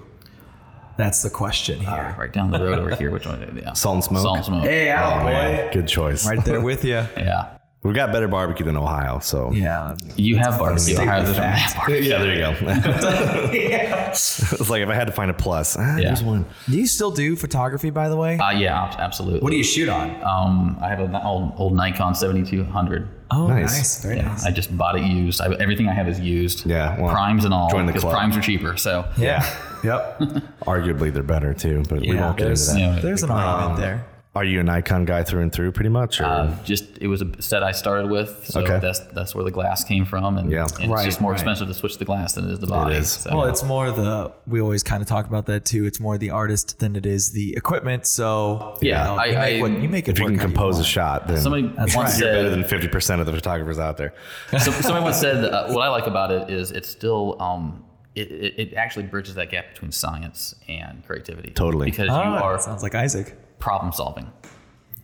Speaker 4: That's the question here.
Speaker 3: Right down the road over here. Which one? Yeah.
Speaker 1: Salt and smoke?
Speaker 3: Salt and smoke.
Speaker 4: Hey,
Speaker 1: Oh,
Speaker 4: out, boy.
Speaker 1: man. Good choice.
Speaker 4: Right there with you.
Speaker 3: Yeah.
Speaker 1: We've got better barbecue than Ohio, so.
Speaker 4: Yeah.
Speaker 3: You have barbecue.
Speaker 4: State
Speaker 3: Ohio
Speaker 4: of
Speaker 3: doesn't have barbecue.
Speaker 1: Yeah, there you go. It's like if I had to find a plus, ah, there's one.
Speaker 4: Do you still do photography, by the way?
Speaker 3: Uh, yeah, ab- absolutely.
Speaker 4: what do you shoot on?
Speaker 3: Um, I have an old, old Nikon 7200.
Speaker 4: Oh,
Speaker 1: Nice.
Speaker 4: nice. Very
Speaker 3: Yeah,
Speaker 4: nice.
Speaker 3: I just bought it used. I, everything I have is used.
Speaker 1: Yeah, well,
Speaker 3: primes and all.
Speaker 1: join the
Speaker 3: because
Speaker 1: club.
Speaker 3: Primes are cheaper. So
Speaker 1: Yeah. yep. Arguably, they're better too, but we
Speaker 4: Yeah,
Speaker 1: won't get into
Speaker 4: there's-
Speaker 1: that.
Speaker 3: yeah.
Speaker 4: There's an
Speaker 1: um,
Speaker 4: argument there.
Speaker 1: Are you an icon guy through and through, pretty much? Or?
Speaker 3: Uh, just it was a set I started with, so
Speaker 1: Okay.
Speaker 3: that's that's where the glass came from, and,
Speaker 1: Yeah.
Speaker 3: and
Speaker 4: Right,
Speaker 3: it's just more
Speaker 4: right.
Speaker 3: expensive to switch the glass than it is the body.
Speaker 1: is.
Speaker 3: So,
Speaker 4: Well, it's more the we always kind of talk about that too. It's more the artist than it is the equipment. So you
Speaker 3: Yeah,
Speaker 4: know,
Speaker 3: I-
Speaker 4: you, make
Speaker 3: I-
Speaker 4: what, you make it.
Speaker 1: if you
Speaker 4: work
Speaker 1: can
Speaker 4: how
Speaker 1: compose a
Speaker 4: want.
Speaker 1: shot, then
Speaker 3: somebody once
Speaker 4: right.
Speaker 1: you're better
Speaker 3: said
Speaker 1: than 50% of the photographers out there.
Speaker 3: So, somebody once said that, uh, what I like about it is it's still um, it, it, it actually bridges that gap between science and creativity.
Speaker 1: Totally.
Speaker 3: because you
Speaker 4: Ah,
Speaker 3: are
Speaker 4: sounds like Isaac.
Speaker 3: problem solving.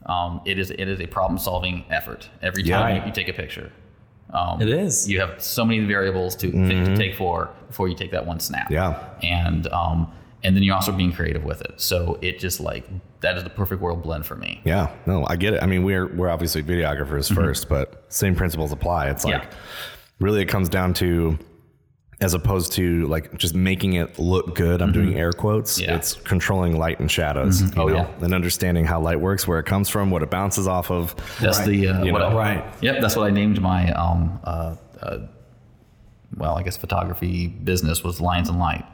Speaker 3: Um, it is it is a problem solving effort every
Speaker 1: Yeah.
Speaker 3: time you, you take a picture. Um,
Speaker 4: It is.
Speaker 3: You have so many variables to, to take for before you take that one snap.
Speaker 1: Mm-hmm. Yeah.
Speaker 3: and um, and then you're also being creative with it. So it just like that is the perfect world blend for me.
Speaker 1: Yeah, no, I get it. I mean, we're we're obviously
Speaker 4: Mm-hmm.
Speaker 1: videographers first, but same principles apply. It's like
Speaker 3: Yeah.
Speaker 1: really it comes down to as opposed to like just making it look good. I'm doing air quotes.
Speaker 3: Mm-hmm. Yeah.
Speaker 1: It's controlling light and shadows, you
Speaker 3: Oh,
Speaker 1: know,
Speaker 3: yeah.
Speaker 1: and understanding how light works, where it comes from, what it bounces off of.
Speaker 3: That's the uh,
Speaker 1: You
Speaker 3: what
Speaker 1: know,
Speaker 3: I-
Speaker 4: right.
Speaker 3: Yep, that's what I named my um uh, uh well, I guess photography business was Lines and Light.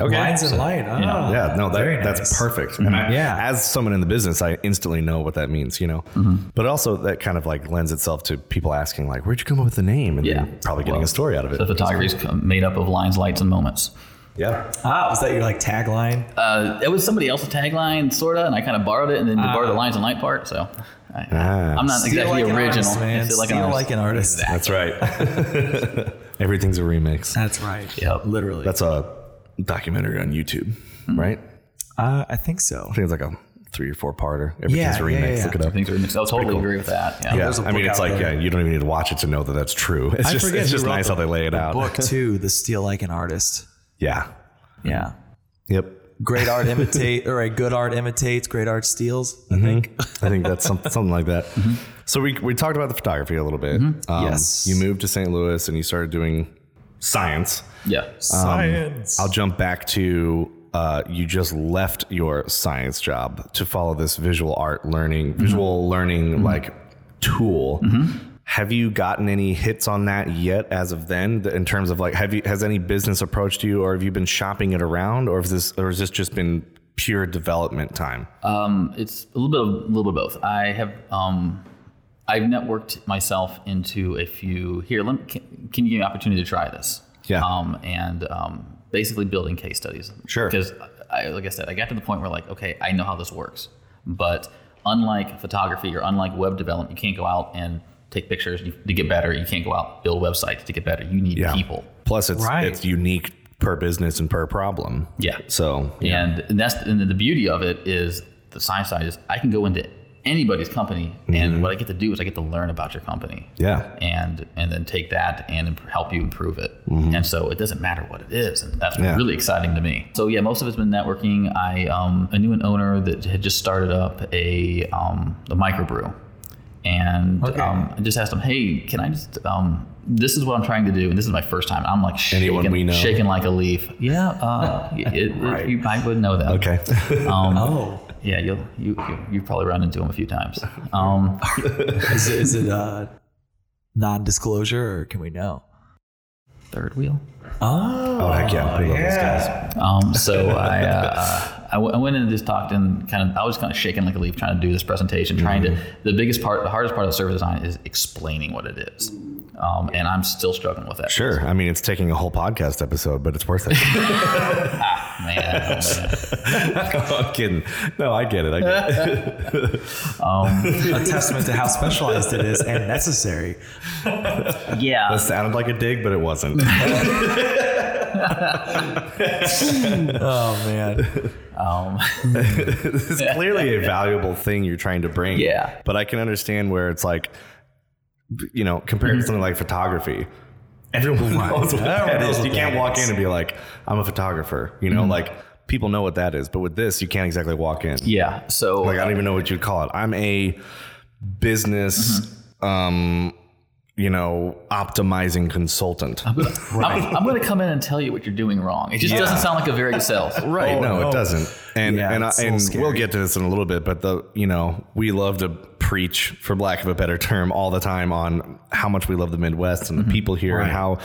Speaker 1: Okay.
Speaker 4: Lines and light. Ah,
Speaker 3: Oh,
Speaker 1: Yeah, no, that,
Speaker 4: very
Speaker 1: that's
Speaker 4: nice.
Speaker 1: perfect.
Speaker 3: Mm-hmm.
Speaker 1: And I,
Speaker 4: Yeah.
Speaker 1: as someone in the business, I instantly know what that means, you know.
Speaker 3: Mm-hmm.
Speaker 1: But also, that kind of like lends itself to people asking, like, "Where'd you come up with the name?" And
Speaker 3: Yeah.
Speaker 1: then probably getting a
Speaker 3: Well,
Speaker 1: story out of it.
Speaker 3: So photography is made up of lines, lights, and moments.
Speaker 1: yeah,
Speaker 4: Ah, was that your like tagline?
Speaker 3: Uh, it was somebody else's tagline, sorta, and I kind of borrowed it and then borrowed the lines and light part. So I,
Speaker 1: Ah.
Speaker 3: I'm not
Speaker 4: Ah. Steal
Speaker 3: exactly
Speaker 4: like an
Speaker 3: original.
Speaker 4: artist, man.
Speaker 3: I feel like an
Speaker 4: Steal
Speaker 3: artist.
Speaker 4: like an artist.
Speaker 3: Exactly.
Speaker 1: that's right. Everything's a remix.
Speaker 4: That's right.
Speaker 3: Yep.
Speaker 4: Literally.
Speaker 1: That's a documentary on YouTube,
Speaker 3: Mm-hmm.
Speaker 1: right? I
Speaker 4: uh, I think so.
Speaker 1: think it's like a three or four parter. Everything's
Speaker 4: Yeah,
Speaker 1: a remix.
Speaker 4: yeah, yeah.
Speaker 1: Look it up.
Speaker 3: Things are mixed. I totally agree with that. Yeah.
Speaker 1: Yeah,
Speaker 4: There's a
Speaker 1: I mean,
Speaker 4: book
Speaker 1: it's
Speaker 4: out
Speaker 1: like
Speaker 4: there.
Speaker 1: yeah, you don't even need to watch it to know that that's true. It's
Speaker 4: I
Speaker 1: just
Speaker 4: forget
Speaker 1: it's
Speaker 4: who
Speaker 1: just
Speaker 4: wrote
Speaker 1: nice how
Speaker 4: the-
Speaker 1: they lay it out.
Speaker 4: Book two, the steal like an artist.
Speaker 1: Yeah,
Speaker 4: Yeah.
Speaker 1: Yep.
Speaker 4: Great art imitate, or a good art imitates, great art steals.
Speaker 1: Mm-hmm.
Speaker 4: I think.
Speaker 1: I think that's some, something like that.
Speaker 4: Mm-hmm.
Speaker 1: So we, we talked about the photography a little bit. Um,
Speaker 4: Yes.
Speaker 1: You moved to St. Louis and you started doing science.
Speaker 3: Yeah.
Speaker 1: Science. I'll jump back to uh, you just left your science job to follow this visual art learning, visual learning like tool. Have you gotten any hits on that yet as of then th- in terms of like have you has any business approached you or have you been shopping it around or is this or has this just been pure development time?
Speaker 3: Um, it's a little bit of a little bit of both. I have um, I've networked myself into a few here. Let me, can, can you give me an opportunity to try this?
Speaker 1: Yeah.
Speaker 3: Um, and um, basically building case studies.
Speaker 1: Sure.
Speaker 3: Because I, like I said, I got to the point where like, okay, I know how this works, but unlike photography or unlike web development, you can't go out and take pictures to get better. You can't go out and build websites to get better. You need
Speaker 1: Yeah.
Speaker 3: people.
Speaker 1: Plus it's
Speaker 2: Right.
Speaker 1: it's unique per business and per problem.
Speaker 3: Yeah.
Speaker 1: So
Speaker 3: And, and that's and the beauty of it is the science side is I can go into anybody's company and what I get to do is I get to learn about your company.
Speaker 1: yeah.
Speaker 3: And and then take that and imp- help you improve it. And so it doesn't matter what it is, and that's
Speaker 1: Mm-hmm. Yeah.
Speaker 3: really exciting to me. So yeah, most of it's been networking. I um, I knew an owner that had just started up a um, a microbrew, and um, I just asked him, hey, can I just um, this is what I'm trying to do, and this is my first time. I'm like shaking,
Speaker 1: Anyone we know.
Speaker 3: shaking like a leaf. Yeah, uh, it, it- you might would know that.
Speaker 1: Okay.
Speaker 3: Um,
Speaker 4: Oh,
Speaker 3: Yeah, you'll you you you probably run into him a few times. Um,
Speaker 4: is it, is it uh, non-disclosure or can we know?
Speaker 3: third wheel.
Speaker 4: Oh,
Speaker 1: oh heck yeah. We love these guys.
Speaker 3: Um, so I, uh, I, w- I went in and just talked and kind of, I was kind of shaking like a leaf trying to do this presentation, trying to,
Speaker 1: Mm-hmm.
Speaker 3: the biggest part, the hardest part of service design is explaining what it is. Um, and I'm still struggling with that.
Speaker 1: Sure. I mean, it's taking a whole podcast episode, but it's worth it.
Speaker 3: Man,
Speaker 1: I'm kidding. No, I get it. I get it.
Speaker 4: a testament to how specialized it is and necessary.
Speaker 3: yeah.
Speaker 1: That sounded like a dig, but it wasn't.
Speaker 4: Oh man,
Speaker 3: Um,
Speaker 1: It's clearly a valuable thing you're trying to bring.
Speaker 3: Yeah.
Speaker 1: But I can understand where it's like, you know, compared to something like photography. Mm-hmm. Everyone knows what that
Speaker 4: knows
Speaker 1: is.
Speaker 4: what
Speaker 1: You can't
Speaker 4: that
Speaker 1: walk
Speaker 4: is.
Speaker 1: in and be like, I'm a photographer. You know, like people know what that is. But with this, you can't exactly walk in.
Speaker 3: yeah. So
Speaker 1: Like I don't even know what you'd call it. I'm a business, um, you know, optimizing consultant.
Speaker 3: I'm, I'm going to come in and tell you what you're doing wrong. It just doesn't sound like a very good sales.
Speaker 1: Right.
Speaker 4: Oh,
Speaker 1: no,
Speaker 4: no.
Speaker 1: it doesn't. And
Speaker 4: Yeah,
Speaker 1: and I,
Speaker 4: it's a
Speaker 1: and
Speaker 4: little
Speaker 1: we'll
Speaker 4: scary.
Speaker 1: get to this in a little bit, but the you know we love to preach, for lack of a better term, all the time on how much we love the Midwest
Speaker 4: Mm-hmm.
Speaker 1: and the people here and how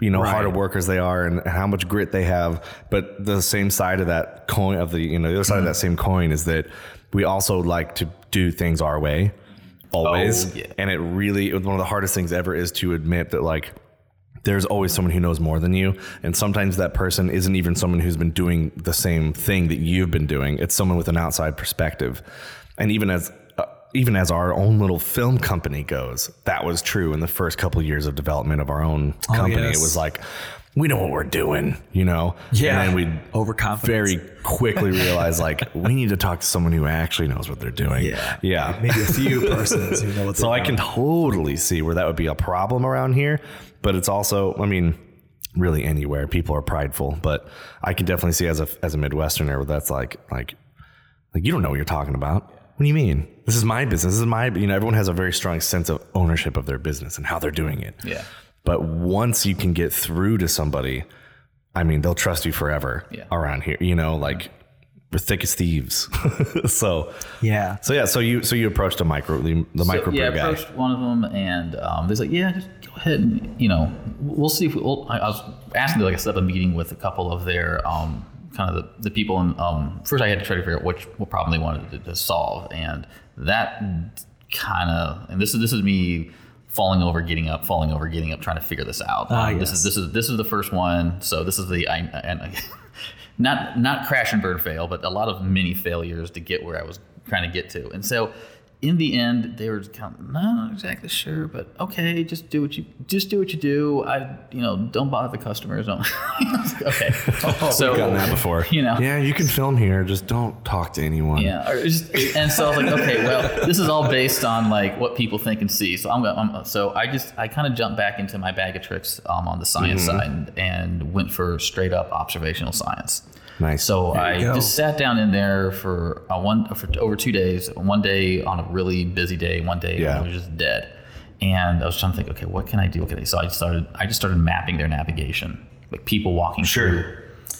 Speaker 1: you know hard at workers they are and how much grit they have. But the same side of that coin of the you know the other side
Speaker 4: Mm-hmm.
Speaker 1: of that same coin is that we also like to do things our way always.
Speaker 3: Oh, yeah.
Speaker 1: And it really it was one of the hardest things ever is to admit that like there's always someone who knows more than you. And sometimes that person isn't even someone who's been doing the same thing that you've been doing. It's someone with an outside perspective. And even as uh, even as our own little film company goes, that was true in the first couple years of development of our own company.
Speaker 4: Oh, yes.
Speaker 1: It was like we know what we're doing, you know.
Speaker 4: Yeah. Oh,
Speaker 1: And then we
Speaker 4: Overconfidence.
Speaker 1: Very quickly realize like we need to talk to someone who actually knows what they're doing.
Speaker 4: Yeah.
Speaker 1: Yeah.
Speaker 4: maybe a few persons who know what.
Speaker 1: So I can totally see where that would be a problem around here, but it's also, I mean, really anywhere people are prideful, but I can definitely see as a as a Midwesterner where that's like like like you don't know what you're talking about. What do you mean? This is my business. This is my you know everyone has a very strong sense of ownership of their business and how they're doing it.
Speaker 3: Yeah.
Speaker 1: But once you can get through to somebody, I mean, they'll trust you forever
Speaker 3: Yeah.
Speaker 1: around here. You know, like we're thick as thieves. so
Speaker 4: yeah.
Speaker 1: so yeah, so you so you approached the micro the, the
Speaker 3: So,
Speaker 1: microbrew
Speaker 3: yeah,
Speaker 1: guy.
Speaker 3: I approached one of them, and um, they're like, "Yeah, just go ahead and you know, we'll see if we." We'll, I, I was asking to like set up a meeting with a couple of their um, kind of the, the people, and um, first I had to try to figure out which what problem they wanted to, to solve, and that kind of and this is this is me falling over, getting up, falling over, getting up, trying to figure this out.
Speaker 4: Ah,
Speaker 3: Um, This is
Speaker 4: yes.
Speaker 3: this is this is the first one, so this is the I and. I, Not not crash and burn fail, but a lot of mini failures to get where I was trying to get to, and so in the end, they were kind of not exactly sure, but okay, just do what you just do what you do. I, you know, don't bother the customers. Don't. okay. so
Speaker 1: I've gotten that before.
Speaker 3: you know,
Speaker 5: Yeah, you can film here. Just don't talk to anyone.
Speaker 3: yeah, or it's just, and so I was like, okay, well, this is all based on like what people think and see. So I'm, gonna- I'm so I just I kind of jumped back into my bag of tricks um, on the science side and, and went for straight up observational science.
Speaker 5: Nice.
Speaker 3: So I
Speaker 4: go.
Speaker 3: just sat down in there for uh, one for over two days. One day on a really busy day. One day
Speaker 1: Yeah.
Speaker 3: I was just dead, and I was trying to think, okay, what can I do? Okay, so I started. I just started mapping their navigation, like people walking through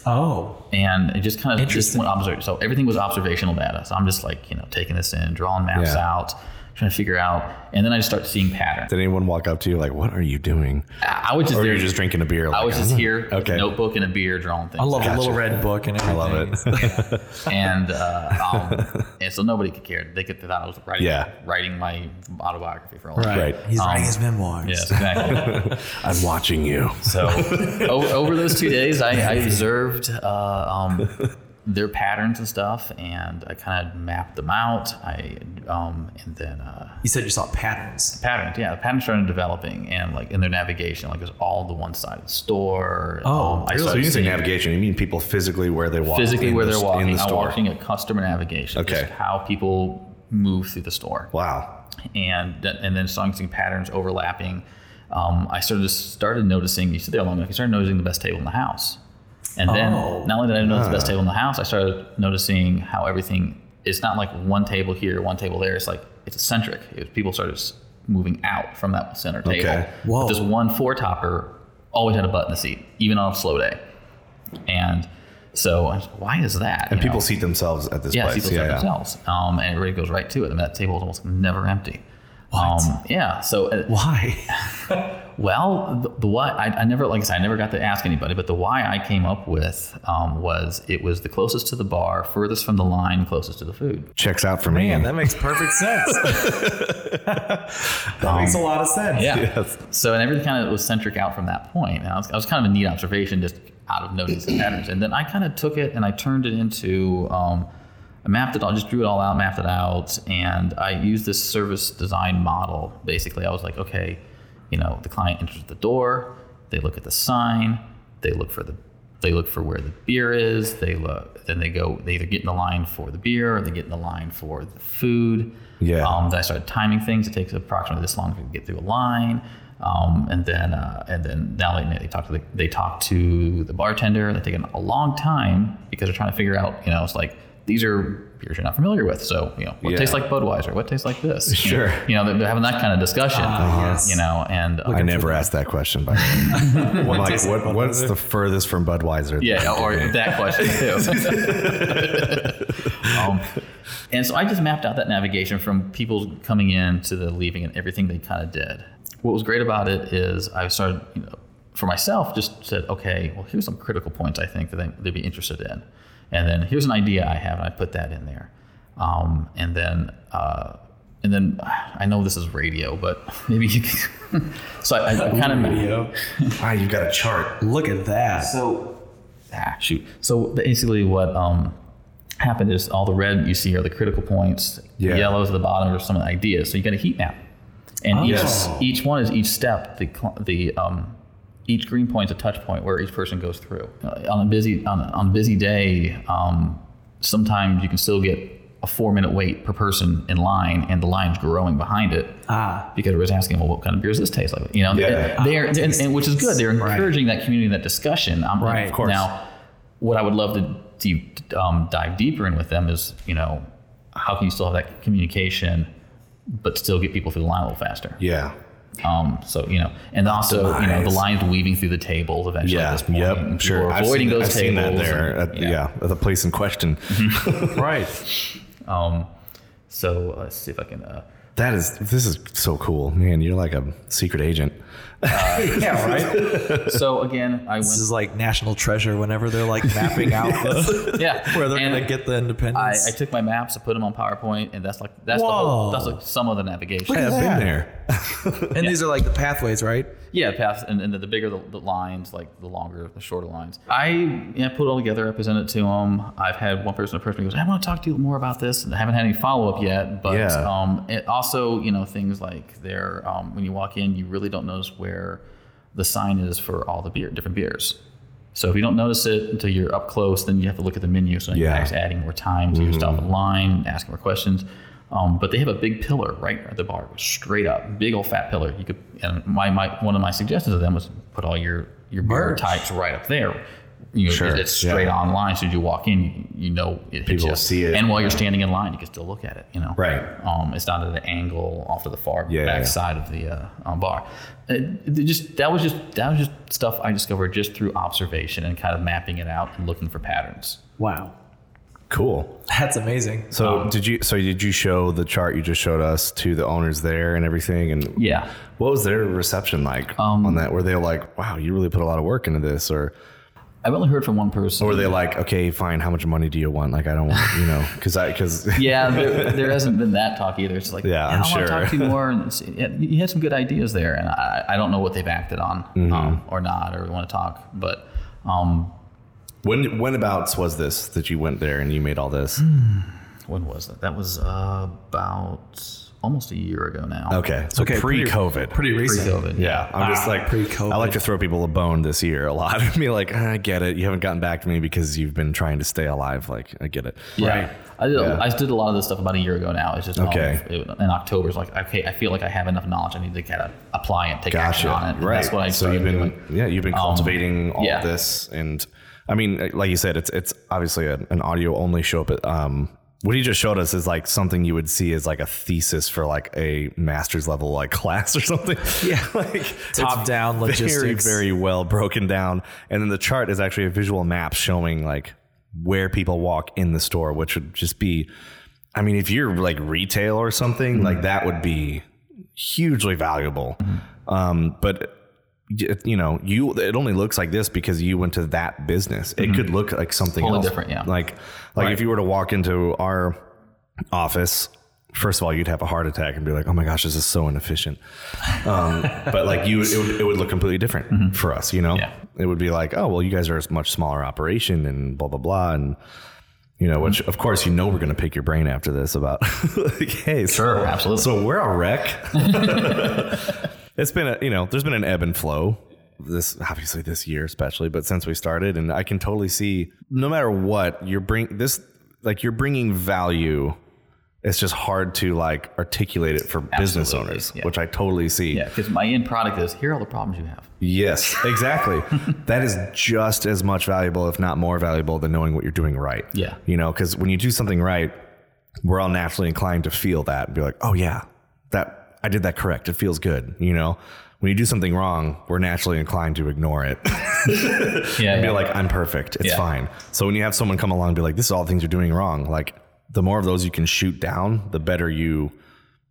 Speaker 4: Oh,
Speaker 3: and it just kind of just
Speaker 4: Interesting.
Speaker 3: went observe. So everything was observational data. So I'm just like you know taking this in, drawing maps
Speaker 1: Yeah.
Speaker 3: out, trying to figure out, and then I just start seeing patterns.
Speaker 1: Did anyone walk up to you like, "What are you doing?"
Speaker 3: I I was just
Speaker 1: Or
Speaker 3: there,
Speaker 1: you're just drinking a beer? Like,
Speaker 3: I was just
Speaker 1: "I'm
Speaker 3: here, with
Speaker 1: Okay.
Speaker 3: a notebook and a beer, drawing things.
Speaker 4: I love a little red book and
Speaker 1: I
Speaker 4: everything.
Speaker 1: love it.
Speaker 3: and uh, um, and so nobody could care. They could they thought I was writing
Speaker 1: Yeah.
Speaker 3: writing my autobiography for all
Speaker 4: Right. Um,
Speaker 1: Right.
Speaker 4: He's writing his memoirs.
Speaker 3: Yes, exactly.
Speaker 1: I'm watching you.
Speaker 3: So over, over those two days, I, I observed uh, um, their patterns and stuff, and I kind of mapped them out. I um, and then uh,
Speaker 4: You said you saw patterns.
Speaker 3: patterns, yeah, the patterns started developing, and like in their navigation, like it was all the one side of the store.
Speaker 4: Oh,
Speaker 3: I
Speaker 1: So
Speaker 3: started
Speaker 1: you say
Speaker 3: seeing
Speaker 1: navigation? You mean people physically where they walk?
Speaker 3: physically
Speaker 1: in
Speaker 3: where
Speaker 1: the-
Speaker 3: they're walking.
Speaker 1: in the
Speaker 3: I'm
Speaker 1: store.
Speaker 3: watching a customer navigation,
Speaker 1: Okay.
Speaker 3: just how people move through the store.
Speaker 1: Wow.
Speaker 3: and that, and then starting seeing patterns overlapping. Um, I started just started noticing. You sit there long enough, you started noticing the best table in the house, and then
Speaker 4: Oh.
Speaker 3: not only did I notice the best table in the house, I started noticing how everything. It's not like one table here, one table there. It's like it's eccentric. It was, people started s- moving out from that center table.
Speaker 1: Okay.
Speaker 4: Whoa.
Speaker 3: But this one four topper always had a butt in the seat, even on a slow day, and. So I was like, why is that?
Speaker 1: And
Speaker 3: you
Speaker 1: people
Speaker 3: know?
Speaker 1: seat themselves at this
Speaker 3: yeah,
Speaker 1: place.
Speaker 3: seats yeah, themselves. Um, and everybody goes right to it. I mean, that table is almost never empty. Um, yeah. So, uh,
Speaker 4: Why?
Speaker 3: well, the, the why I, I never, like I said, I never got to ask anybody, but the why I came up with um, was it was the closest to the bar, furthest from the line, closest to the food.
Speaker 1: Checks out for
Speaker 3: Oh,
Speaker 1: me.
Speaker 4: Man, that makes perfect sense. Um, that makes a lot of sense.
Speaker 3: Yeah.
Speaker 1: Yes.
Speaker 3: So, and everything kind of was centric out from that point. And I was, I was kind of a neat observation just out of noticing patterns. And then I kind of took it and I turned it into, um, I mapped it all, just drew it all out, mapped it out. And I used this service design model. Basically, I was like, okay, you know, the client enters the door, they look at the sign, they look for the they look for where the beer is. They look, then they go. They either get in the line for the beer, or they get in the line for the food.
Speaker 1: Yeah.
Speaker 3: Um, then I started timing things. It takes approximately this long to get through a line, um, and then uh, and then now they, they talk to the, they talk to the bartender. They take an- a long time because they're trying to figure out. You know, it's like these are beers you're not familiar with. So you know, what
Speaker 1: Yeah.
Speaker 3: tastes like Budweiser? What tastes like this?
Speaker 1: Sure. Ah,
Speaker 3: You know, they're, they're having that kind of discussion.
Speaker 4: yes.
Speaker 3: You know, and uh,
Speaker 1: I never asked that question. By the way, I'm like,
Speaker 4: tastes
Speaker 1: what,
Speaker 4: like
Speaker 1: what's
Speaker 4: Budweiser?
Speaker 1: the furthest from Budweiser?
Speaker 3: Yeah, or that question too. um, and so I just mapped out that navigation from people coming in to the leaving and everything they kind of did. What was great about it is I started, you know, for myself, just said, okay, well, here's some critical points I think that they, they'd be interested in. And then here's an idea I have, and I put that in there. Um, and then, uh, and then I know this is radio, but maybe you can. so I, I, I kind of
Speaker 1: Ah, you got a chart.
Speaker 4: Look at that.
Speaker 3: so, ah, shoot. So basically, what um, happened is all the red you see are the critical points.
Speaker 1: Yeah.
Speaker 3: The yellows at the bottom are some of the ideas. So you got a heat map, and
Speaker 4: Oh.
Speaker 3: each each one is each step. The cl- the um, each green point is a touch point where each person goes through. Uh, on a busy on a, on a busy day, um, sometimes you can still get a four minute wait per person in line, and the line's growing behind it
Speaker 4: ah,
Speaker 3: because everybody's asking, well, what kind of beers does this taste like? You know,
Speaker 1: Yeah.
Speaker 3: they're, and- and, which is good. They're
Speaker 4: Right.
Speaker 3: encouraging that community, that discussion. Um,
Speaker 4: Right, of course.
Speaker 3: Now, what I would love to deep, um, dive deeper in with them is, you know, how can you still have that communication, but still get people through the line a little faster?
Speaker 1: Yeah.
Speaker 3: Um, so you know, and also you know the
Speaker 1: Optimize.
Speaker 3: lines weaving through the tables eventually.
Speaker 1: Yeah.
Speaker 3: at this point,
Speaker 1: yep.
Speaker 3: and people
Speaker 1: Sure.
Speaker 3: are
Speaker 1: I've
Speaker 3: Avoiding
Speaker 1: seen,
Speaker 3: those
Speaker 1: I've seen
Speaker 3: tables. Mm-hmm.
Speaker 1: that there.
Speaker 3: and-
Speaker 1: at, yeah. At the place in question.
Speaker 4: right.
Speaker 3: Um, so let's see if I can. Uh,
Speaker 1: That is. This is so cool, man. You're like a secret agent.
Speaker 4: yeah, right.
Speaker 3: so again, I went.
Speaker 4: This is like national treasure whenever they're like mapping out the-
Speaker 3: yeah,
Speaker 4: where they're
Speaker 3: and-
Speaker 4: gonna get the
Speaker 3: I,
Speaker 4: independence.
Speaker 3: I took my maps, I put them on PowerPoint, and that's like that's the whole
Speaker 4: Whoa.
Speaker 3: that's like some of the navigation.
Speaker 1: I've
Speaker 4: Yeah.
Speaker 1: been there.
Speaker 4: and these are like the pathways, right?
Speaker 3: Yeah, paths, and, and the, the bigger the, the lines, like the longer, the shorter lines. I yeah, put it all together. I presented it to him. I've had one person approach me and goes, "I want to talk to you more about this," and I haven't had any follow up yet. But
Speaker 1: Yeah.
Speaker 3: um, it also, you know, things like there um, when you walk in, you really don't notice where the sign is for all the beer, different beers. So if you don't notice it until you're up close, then you have to look at the menu. So you're
Speaker 1: Yeah. Mm-hmm.
Speaker 3: actually adding more time to yourself in line, asking more questions. Um, but they have a big pillar right at the bar, straight up, big old fat pillar. You could, and my, my one of my suggestions to them was put all your your beer
Speaker 4: Merch.
Speaker 3: types right up there. You know, it's straight
Speaker 1: yeah.
Speaker 3: online. So as you walk in, you, you know it hits
Speaker 1: People
Speaker 3: you.
Speaker 1: see it.
Speaker 3: And while you're standing in line, you can still look at it. You know,
Speaker 1: Right.
Speaker 3: Um, it's not at an angle off to the far
Speaker 1: Yeah,
Speaker 3: back
Speaker 1: yeah.
Speaker 3: side of the uh, um, bar. It, it just that was just that was just stuff I discovered just through observation and kind of mapping it out and looking for patterns.
Speaker 4: Wow.
Speaker 1: Cool.
Speaker 4: That's amazing.
Speaker 1: So
Speaker 3: Um,
Speaker 1: did you? So did you show the chart you just showed us to the owners there and everything? And
Speaker 3: Yeah. Um,
Speaker 1: what was their reception like on that? Were they like, "Wow, you really put a lot of work into this," or
Speaker 3: I've only heard from one person.
Speaker 1: or were they like, "Okay, fine, how much money do you want?" Like, I don't want, you know, because I because
Speaker 3: yeah, there, there hasn't been that talk either. It's like,
Speaker 1: Yeah, I'm
Speaker 3: I
Speaker 1: sure.
Speaker 3: want to talk to you more. And see- yeah, you had some good ideas there, and I, I don't know what they've acted on
Speaker 1: Mm-hmm.
Speaker 3: um, or not, or want to talk. But um,
Speaker 1: when whenabouts was this that you went there and you made all this?
Speaker 3: Mm. when was that? That was uh, about almost a year ago now.
Speaker 1: Okay, so
Speaker 4: Okay, pretty-
Speaker 1: pre-COVID,
Speaker 4: Pretty recent.
Speaker 3: Pre-COVID.
Speaker 1: Yeah, Ah. I'm just like
Speaker 4: Pre-COVID.
Speaker 1: I like to throw people a bone this year a lot and be like, "Ah, I get it. You haven't gotten back to me because you've been trying to stay alive. Like, I get it.
Speaker 3: Yeah. I did,
Speaker 1: Yeah.
Speaker 3: I did a lot of this stuff about a year ago now. It's just all-
Speaker 1: Okay.
Speaker 3: it- in October. It's like okay, I feel like I have enough knowledge. I need to kind of apply and take action
Speaker 1: Gotcha.
Speaker 3: on it. And
Speaker 1: Right.
Speaker 3: That's what I
Speaker 1: so
Speaker 3: started
Speaker 1: you've been
Speaker 3: doing. Um,
Speaker 1: yeah you've been cultivating all
Speaker 3: yeah.
Speaker 1: of this and I mean uh, like you said it's it's obviously a, an audio only show but um what he just showed us is like something you would see as like a thesis for like a master's level like class or something. Yeah, like
Speaker 4: Top
Speaker 1: it's
Speaker 4: down logistics.
Speaker 1: Very very well broken down and then the chart is actually a visual map showing like where people walk in the store which would just be I mean if you're like retail or something like
Speaker 3: Mm-hmm.
Speaker 1: that would be hugely valuable.
Speaker 3: Mm-hmm.
Speaker 1: Um, but y- you know, you it only looks like this because you went to that business. It could look like something
Speaker 3: Mm-hmm. Totally
Speaker 1: else.
Speaker 3: different, yeah.
Speaker 1: Like like if you were to walk into our office, first of all, you'd have a heart attack and be like, "Oh my gosh, this is so inefficient." Um, but like you, it would, it would look completely different for us. You know,
Speaker 3: Mm-hmm. Yeah.
Speaker 1: it would be like, "Oh well, you guys are a much smaller operation," and blah blah blah, and you know,
Speaker 3: Mm-hmm.
Speaker 1: which of course you know we're going to pick your brain after this about, like, hey,
Speaker 3: Sure,
Speaker 1: so,
Speaker 3: absolutely.
Speaker 1: so we're a wreck. it's been a you know, there's been an ebb and flow. This obviously this year especially, but since we started, and I can totally see no matter what you're bring this like you're bringing value. It's just hard to like articulate it for business
Speaker 3: Absolutely,
Speaker 1: owners,
Speaker 3: yeah.
Speaker 1: which I totally see.
Speaker 3: yeah, because my end product is here are all the problems you have.
Speaker 1: Yes, exactly. that is just as much valuable, if not more valuable, than knowing what you're doing right.
Speaker 3: Yeah.
Speaker 1: You know, because when you do something right, we're all naturally inclined to feel that and be like, oh, yeah, that I did that correct. It feels good. You know, when you do something wrong, we're naturally inclined to ignore it
Speaker 3: Yeah,
Speaker 1: and be like, I'm perfect. It's
Speaker 3: Yeah.
Speaker 1: fine. So when you have someone come along and be like, this is all the things you're doing wrong, like the more of those you can shoot down, the better you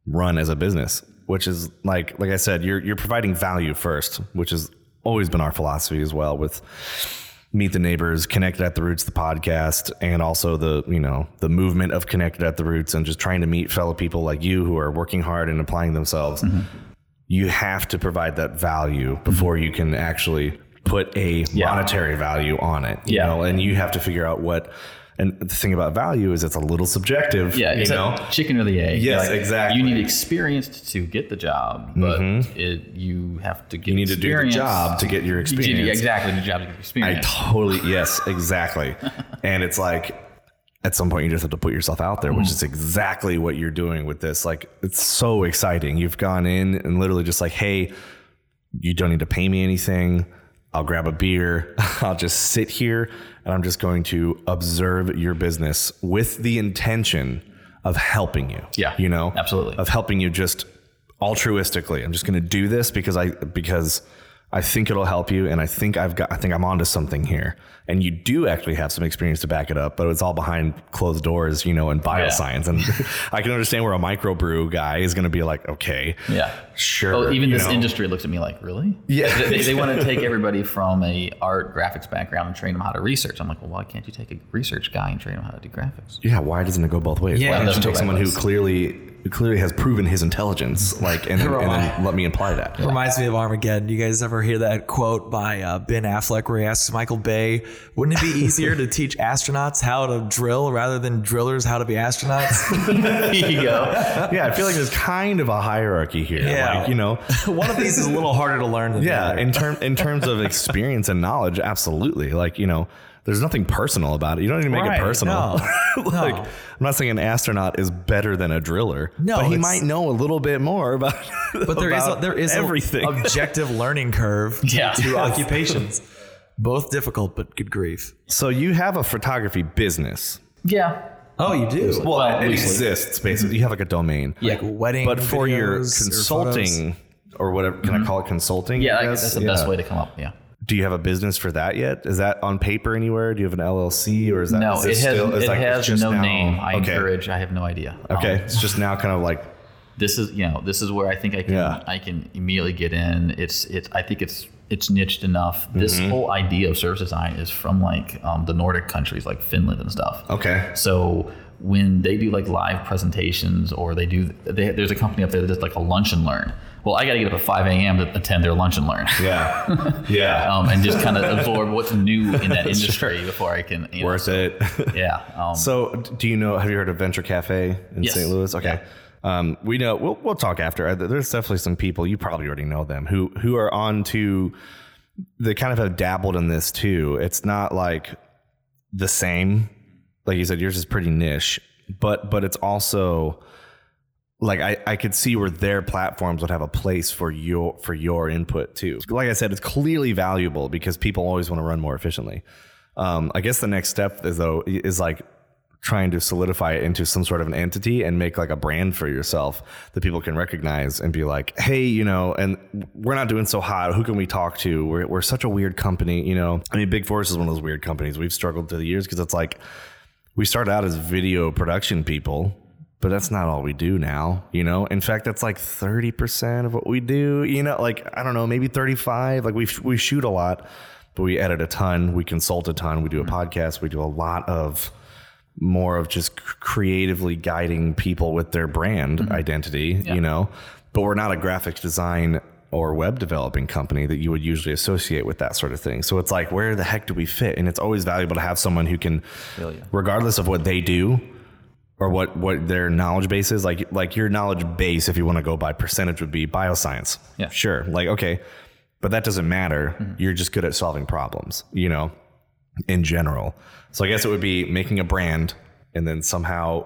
Speaker 1: run as a business, which is like, like I said, you're, you're providing value first, which has always been our philosophy as well with meet the neighbors, connected at the roots, the podcast, and also the, you know, the movement of connected at the roots and just trying to meet fellow people like you who are working hard and applying themselves
Speaker 3: Mm-hmm.
Speaker 1: you have to provide that value before you can actually put a monetary value on it. You
Speaker 3: Yeah.
Speaker 1: know, and you have to figure out what. And the thing about value is it's a little subjective.
Speaker 3: yeah,
Speaker 1: you
Speaker 3: it's
Speaker 1: know.
Speaker 3: like chicken or the egg.
Speaker 1: Yes, exactly. Mm-hmm.
Speaker 3: You need experience to get the job, but it, you have to get you
Speaker 1: need to do the job to get your experience.
Speaker 3: exactly, the job to get your
Speaker 1: I
Speaker 3: experience.
Speaker 1: totally yes, exactly. and it's like at some point you just have to put yourself out there, which
Speaker 3: Mm.
Speaker 1: is exactly what you're doing with this. Like it's so exciting. You've gone in and literally just like, hey, you don't need to pay me anything. I'll grab a beer. I'll just sit here and I'm just going to observe your business with the intention of helping you.
Speaker 3: Yeah,
Speaker 1: You know?
Speaker 3: absolutely.
Speaker 1: Of helping you just altruistically. I'm just going to do this because I because I think it'll help you and I think I've got I think I'm onto something here. And you do actually have some experience to back it up, but it's all behind closed doors, you know, in bioscience. And I can understand where a microbrew guy is going to be like, "Okay,
Speaker 3: yeah.
Speaker 1: sure."
Speaker 3: Oh, even
Speaker 1: you
Speaker 3: this
Speaker 1: know.
Speaker 3: industry looks at me like, really?
Speaker 1: Yeah.
Speaker 3: They, they, want to take everybody from a art graphics background and train them how to research. I'm like, well, why can't you take a research guy and train them how to do graphics?
Speaker 1: Yeah, why doesn't it go both ways?
Speaker 4: Yeah,
Speaker 1: why
Speaker 4: it
Speaker 1: don't you
Speaker 3: doesn't
Speaker 1: take
Speaker 3: go
Speaker 1: someone who
Speaker 3: backwards.
Speaker 1: clearly clearly has proven his intelligence. Like, and, then, and then let me imply that.
Speaker 4: Reminds me of Armageddon. You guys ever hear that quote by uh, Ben Affleck where he asks Michael Bay, "Wouldn't it be easier to teach astronauts how to drill rather than drillers how to be astronauts?"
Speaker 3: There you go.
Speaker 1: Yeah, I feel like there's kind of a hierarchy here.
Speaker 4: Yeah.
Speaker 1: Like, you know,
Speaker 4: One of these is a little harder to learn than the
Speaker 1: yeah
Speaker 4: other.
Speaker 1: in term in terms of experience and knowledge absolutely like you know there's nothing personal about it you don't even make
Speaker 4: Right,
Speaker 1: it personal
Speaker 4: no,
Speaker 1: like
Speaker 4: no.
Speaker 1: i'm not saying an astronaut is better than a driller
Speaker 4: No,
Speaker 1: but he
Speaker 4: it's-
Speaker 1: might know a little bit more about
Speaker 4: But there is a,
Speaker 1: about
Speaker 4: there is a
Speaker 1: everything
Speaker 4: objective learning curve
Speaker 3: Yeah.
Speaker 4: to occupations. Both difficult, but good grief.
Speaker 1: so you have a photography business
Speaker 3: Yeah.
Speaker 4: Oh, you do.
Speaker 1: well, it
Speaker 3: loosely.
Speaker 1: exists basically you have like a domain
Speaker 3: Yeah.
Speaker 4: like wedding,
Speaker 1: but for your
Speaker 4: videos or photos. Mm-hmm.
Speaker 1: consulting or whatever can i call it consulting
Speaker 3: Yeah,
Speaker 1: I
Speaker 3: that-
Speaker 1: guess?
Speaker 3: that's the
Speaker 1: Yeah.
Speaker 3: best way to come up. Yeah.
Speaker 1: do you have a business for that yet is that on paper anywhere do you have an llc or is that
Speaker 3: No,
Speaker 1: is
Speaker 3: it has,
Speaker 1: still- is
Speaker 3: it
Speaker 1: like it's
Speaker 3: has
Speaker 1: just
Speaker 3: no
Speaker 1: now-
Speaker 3: name. I
Speaker 1: okay.
Speaker 3: encourage. I have no idea. Um,
Speaker 1: Okay, it's just now kind of like
Speaker 3: this is you know this is where I think I can
Speaker 1: Yeah.
Speaker 3: I can immediately get in. It's it's I think it's it's niched enough. This
Speaker 1: Mm-hmm.
Speaker 3: whole idea of service design is from like um, the Nordic countries like Finland and stuff.
Speaker 1: okay,
Speaker 3: So when they do like live presentations or they do, they, there's a company up there that does like a lunch and learn. Well, I got to get up at 5 a.m. to attend their lunch and learn.
Speaker 1: yeah, yeah,
Speaker 3: Um, and just kind of absorb what's new in that industry before I can. You know,
Speaker 1: worth it.
Speaker 3: yeah. Um,
Speaker 1: so, d- do you know? Have you heard of Venture Cafe in
Speaker 3: Yes.
Speaker 1: St. Louis? Okay. Um, we know we'll, we'll talk after. Uh, There's definitely some people you probably already know them who who are on to they kind of have dabbled in this too. It's not like the same, like you said, yours is pretty niche, but but it's also like I, I could see where their platforms would have a place for your for your input too. Like I said, it's clearly valuable because people always want to run more efficiently. Um, I guess the next step is though is like trying to solidify it into some sort of an entity and make like a brand for yourself that people can recognize and be like, hey, you know, and we're not doing so hot. Who can we talk to? We're, we're such a weird company, you know. I mean, Big Force is one of those weird companies we've struggled through the years because it's like we started out as video production people, but that's not all we do now, you know? In fact, that's like 30% of what we do, you know, like I don't know, maybe 35. Like we we shoot a lot, but we edit a ton, we consult a ton, we do a podcast, we do a lot of more of just c- creatively guiding people with their brand identity, you know. But we're not a graphic design or web developing company that you would usually associate with that sort of thing. So it's like, where the heck do we fit? And it's always valuable to have someone who can, regardless of what they do or what what their knowledge base is, like like your knowledge base, if you want to go by percentage, would be bioscience.
Speaker 3: Yeah. Mm-hmm.
Speaker 1: sure. Like okay, but that doesn't matter. You're just good at solving problems. You know in general. So I guess it would be making a brand and then somehow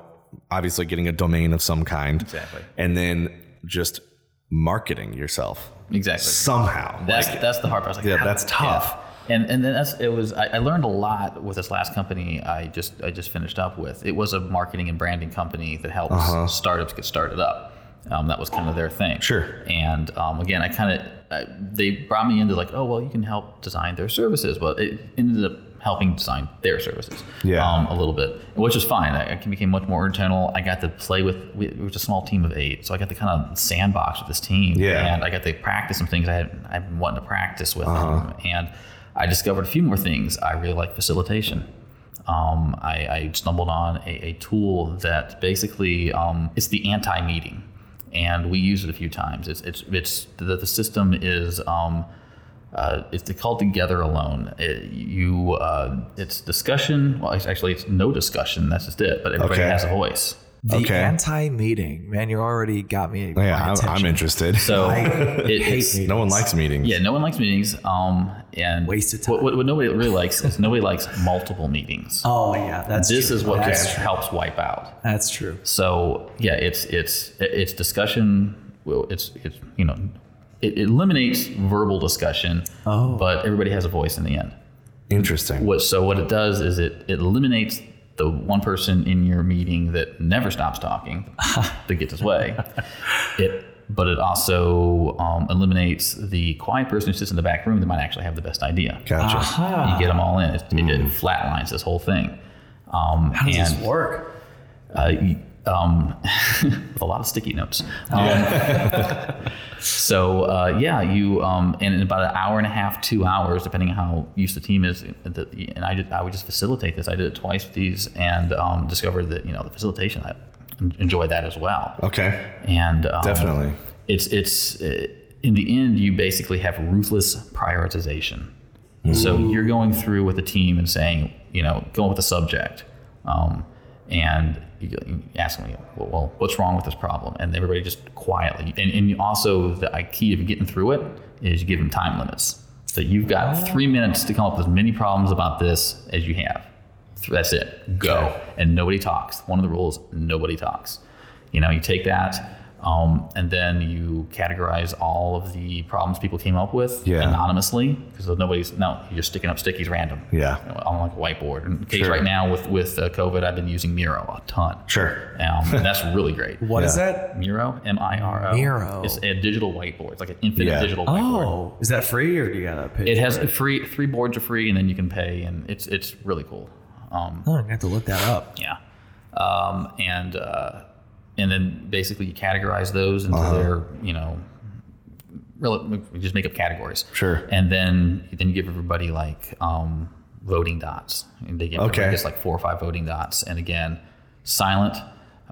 Speaker 1: obviously getting a domain of some kind.
Speaker 3: Exactly.
Speaker 1: And then just marketing yourself
Speaker 3: exactly.
Speaker 1: somehow.
Speaker 3: That's
Speaker 1: Like,
Speaker 3: that's the hard part. I was like,
Speaker 1: Yeah,
Speaker 3: how-
Speaker 1: that's tough.
Speaker 3: And and then that's it was I, I learned a lot with this last company I just I just finished up with. It was a marketing and branding company that helps
Speaker 1: Uh-huh.
Speaker 3: startups get started up. Um, that was kind of their thing.
Speaker 1: Sure.
Speaker 3: And um, again, I kind of they brought me into like, oh well, you can help design their services. Well, it ended up helping design their services.
Speaker 1: Yeah.
Speaker 3: Um, a little bit, which is fine. I, I became much more internal. I got to play with we, it was a small team of eight, so I got to kind of sandbox with this team.
Speaker 1: Yeah.
Speaker 3: And I got to practice some things I had I've been wanting to practice with,
Speaker 1: Uh-huh.
Speaker 3: them. and I discovered a few more things. I really like facilitation. Um, I, I stumbled on a, a tool that basically um, it's the anti-meeting, and we use it a few times. It's it's it's the, the system is. Um, uh, it's called Together Alone. It, you, uh, it's discussion. Well, it's actually, it's no discussion. That's just it. But everybody
Speaker 1: Okay.
Speaker 3: has a voice.
Speaker 4: The
Speaker 1: Okay.
Speaker 4: anti-meeting, man. You already got me. my
Speaker 1: yeah, I'm, I'm
Speaker 4: attention.
Speaker 1: interested.
Speaker 3: So it,
Speaker 4: Hate
Speaker 3: it's,
Speaker 4: meetings.
Speaker 1: no one likes meetings.
Speaker 3: yeah, no one likes meetings. Um, and
Speaker 4: Wasted time.
Speaker 3: What, what, what nobody really likes is nobody likes multiple meetings.
Speaker 4: Oh yeah, that's
Speaker 3: this
Speaker 4: true. Oh,
Speaker 3: is what
Speaker 4: that's
Speaker 3: just
Speaker 4: true.
Speaker 3: helps wipe out.
Speaker 4: That's true.
Speaker 3: So yeah, it's it's it's discussion. Well, it's it's you know, it eliminates verbal discussion.
Speaker 4: Oh.
Speaker 3: But everybody has a voice in the end.
Speaker 1: Interesting.
Speaker 3: What so what it does is it, it eliminates the one person in your meeting that never stops talking that gets his way. It but it also um, eliminates the quiet person who sits in the back room that might actually have the best idea.
Speaker 1: Gotcha.
Speaker 3: You
Speaker 4: Ah.
Speaker 3: get them all in. It, it, it flatlines this whole thing. Um,
Speaker 4: How does
Speaker 3: and
Speaker 4: this work?
Speaker 3: uh, y- um, with a lot of sticky notes.
Speaker 4: Oh.
Speaker 3: Um, so uh, yeah, you um, and in about an hour and a half, two hours, depending on how used the team is. uh, the- And I did, I would just facilitate this. I did it twice with these and um, discovered that you know the facilitation. I, en- enjoy that as well.
Speaker 5: Okay.
Speaker 3: And um,
Speaker 5: Definitely.
Speaker 3: it's it's uh, in the end you basically have ruthless prioritization. So you're going through with a team and saying, you know, going with the subject, um, and you, go- you ask them, well, well, what's wrong with this problem? And everybody just quietly. And, and you also the key of getting through it is you give them time limits. So you've got three minutes to come up with as many problems about this as you have. That's it. Go. And nobody talks. One of the rules: nobody talks. You know, you take that, um, and then you categorize all of the problems people came up with
Speaker 1: Yeah.
Speaker 3: anonymously because nobody's no, you're just sticking up stickies random.
Speaker 1: Yeah.
Speaker 3: You know, on like a whiteboard. In case right now with with uh, COVID, I've been using Miro a ton.
Speaker 5: Sure.
Speaker 3: Um, and that's really great.
Speaker 4: What is that?
Speaker 3: Miro, M I R O.
Speaker 4: Miro.
Speaker 3: It's a digital whiteboard. It's like an infinite
Speaker 5: Yeah.
Speaker 3: digital whiteboard.
Speaker 4: Oh, is that free or do you gotta pay?
Speaker 3: It has
Speaker 4: for it?
Speaker 3: free three boards are free, and then you can pay, and it's it's really cool. Um,
Speaker 4: Oh, I'm gonna have to look that up.
Speaker 3: yeah, um, and uh, and then basically you categorize those
Speaker 5: Uh-huh.
Speaker 3: into their you know, rel- we just make up categories.
Speaker 5: Sure.
Speaker 3: And then then you give everybody like um, voting dots, and they give
Speaker 5: Okay.
Speaker 3: okay. just like four or five voting dots, and again, silent.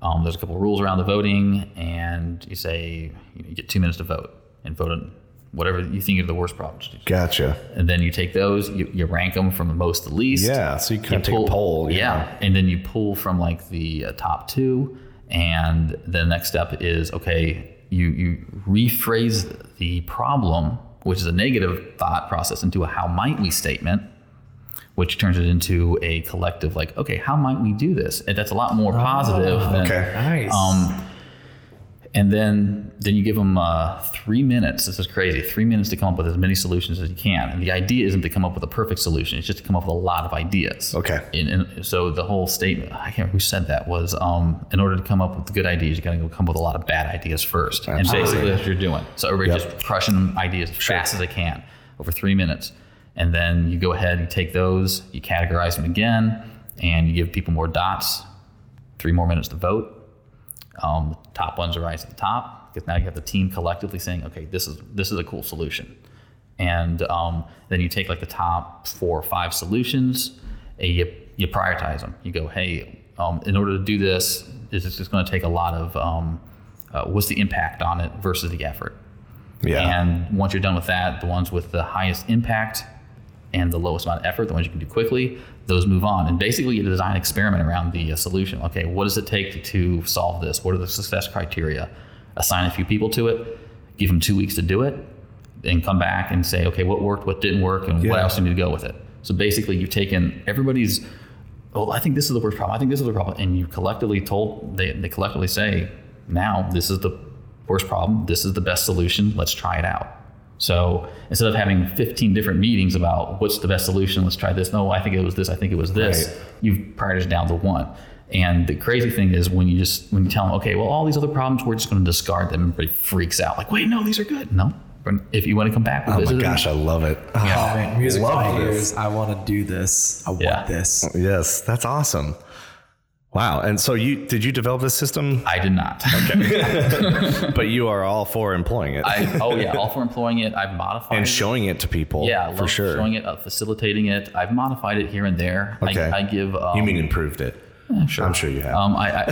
Speaker 3: Um, there's a couple rules around the voting, and you say you, know, you get two minutes to vote and vote on whatever you think are the worst problems.
Speaker 5: Gotcha.
Speaker 3: And then you take those, you, you rank them from the most to least
Speaker 5: Yeah. So you kind of take
Speaker 3: pull-
Speaker 5: a poll.
Speaker 3: Yeah. and then you pull from like the uh, top two, and the next step is okay, you you rephrase the problem, which is a negative thought process, into a how might we statement, which turns it into a collective like okay, how might we do this? And that's a lot more positive. than,
Speaker 5: Okay.
Speaker 4: Nice.
Speaker 3: um, and then then you give them uh, three minutes. This is crazy. Three minutes to come up with as many solutions as you can. And the idea isn't to come up with a perfect solution. It's just to come up with a lot of ideas.
Speaker 5: Okay.
Speaker 3: And, and so the whole statement, I can't remember who said that, was um, in order to come up with good ideas, you got to go come up with a lot of bad ideas first. And basically that's what you're doing. So everybody's just crushing ideas as fast as they can over three minutes. And then you go ahead, you take those, you categorize them again, and you give people more dots, three more minutes to vote. Um, top ones are right at the top because now you have the team collectively saying, okay, this is this is a cool solution. And um, then you take like the top four or five solutions, and you you prioritize them. You go, hey, um, in order to do this, this is just going to take a lot of um, uh, what's the impact on it versus the effort.
Speaker 5: Yeah.
Speaker 1: Oh
Speaker 3: And once you're done with that, the ones with the highest impact and the lowest amount of effort, the ones you can do quickly, those move on. And basically, you design an experiment around the uh, solution. Okay, what does it take to solve this? What are the success criteria? Assign a few people to it, give them two weeks to do it, and come back and say, okay, what worked, what didn't work, and what else do we need to go with it. So basically, you've taken everybody's well, I think this is the worst problem. I think this is the problem. And you collectively told, they, they collectively say, now this is the worst problem. This is the best solution. Let's try it out. So instead of having 15 different meetings about what's the best solution, let's try this. No, I think it was this. I think it was this. You've prioritized down to one. And the crazy thing is when you just, when you tell them, okay, well, all these other problems, we're just going to discard them. Everybody freaks out. Like, wait, no, these are good. No. If you want to come back,
Speaker 5: Oh
Speaker 3: revisit
Speaker 5: my
Speaker 3: it.
Speaker 5: gosh, I love it. Oh,
Speaker 4: oh man, music
Speaker 5: love
Speaker 4: to my
Speaker 5: this.
Speaker 4: ears. I want to do this. I
Speaker 3: Yeah.
Speaker 4: want this.
Speaker 1: Oh,
Speaker 5: Yes, that's awesome.
Speaker 1: Wow. And so you did you develop this system?
Speaker 3: I did not.
Speaker 1: but you are all for employing it
Speaker 3: I, oh yeah, all for employing it. I've modified
Speaker 1: and
Speaker 3: it.
Speaker 1: showing it to people.
Speaker 3: Yeah, I
Speaker 1: for
Speaker 3: love
Speaker 1: sure.
Speaker 3: showing it, uh, facilitating it. I've modified it here and there.
Speaker 5: Okay.
Speaker 3: I, I give. Um,
Speaker 1: You mean improved it?
Speaker 3: eh, sure.
Speaker 5: I'm sure you have.
Speaker 3: Um, I, I,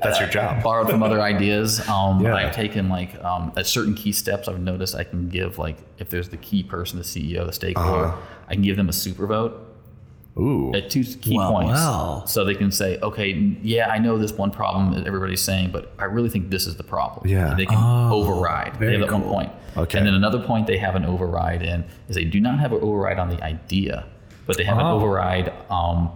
Speaker 1: That's your
Speaker 3: I
Speaker 1: job.
Speaker 3: borrowed from other ideas. Um,
Speaker 5: Yeah.
Speaker 3: I've taken like um, at certain key steps. I've noticed I can give like if there's the key person, the CEO, the stakeholder,
Speaker 1: Uh-huh.
Speaker 3: I can give them a super vote
Speaker 5: Ooh.
Speaker 3: at two key
Speaker 4: Wow,
Speaker 3: points.
Speaker 4: wow.
Speaker 3: So they can say, okay, yeah, I know this one problem that everybody's saying, but I really think this is the problem.
Speaker 5: Yeah. Oh,
Speaker 3: And they can override. They
Speaker 4: very
Speaker 3: have that one
Speaker 4: cool.
Speaker 3: point.
Speaker 5: Okay.
Speaker 3: And then another point they have an override in is they do not have an override on the idea, but they have
Speaker 5: Oh.
Speaker 3: an override um,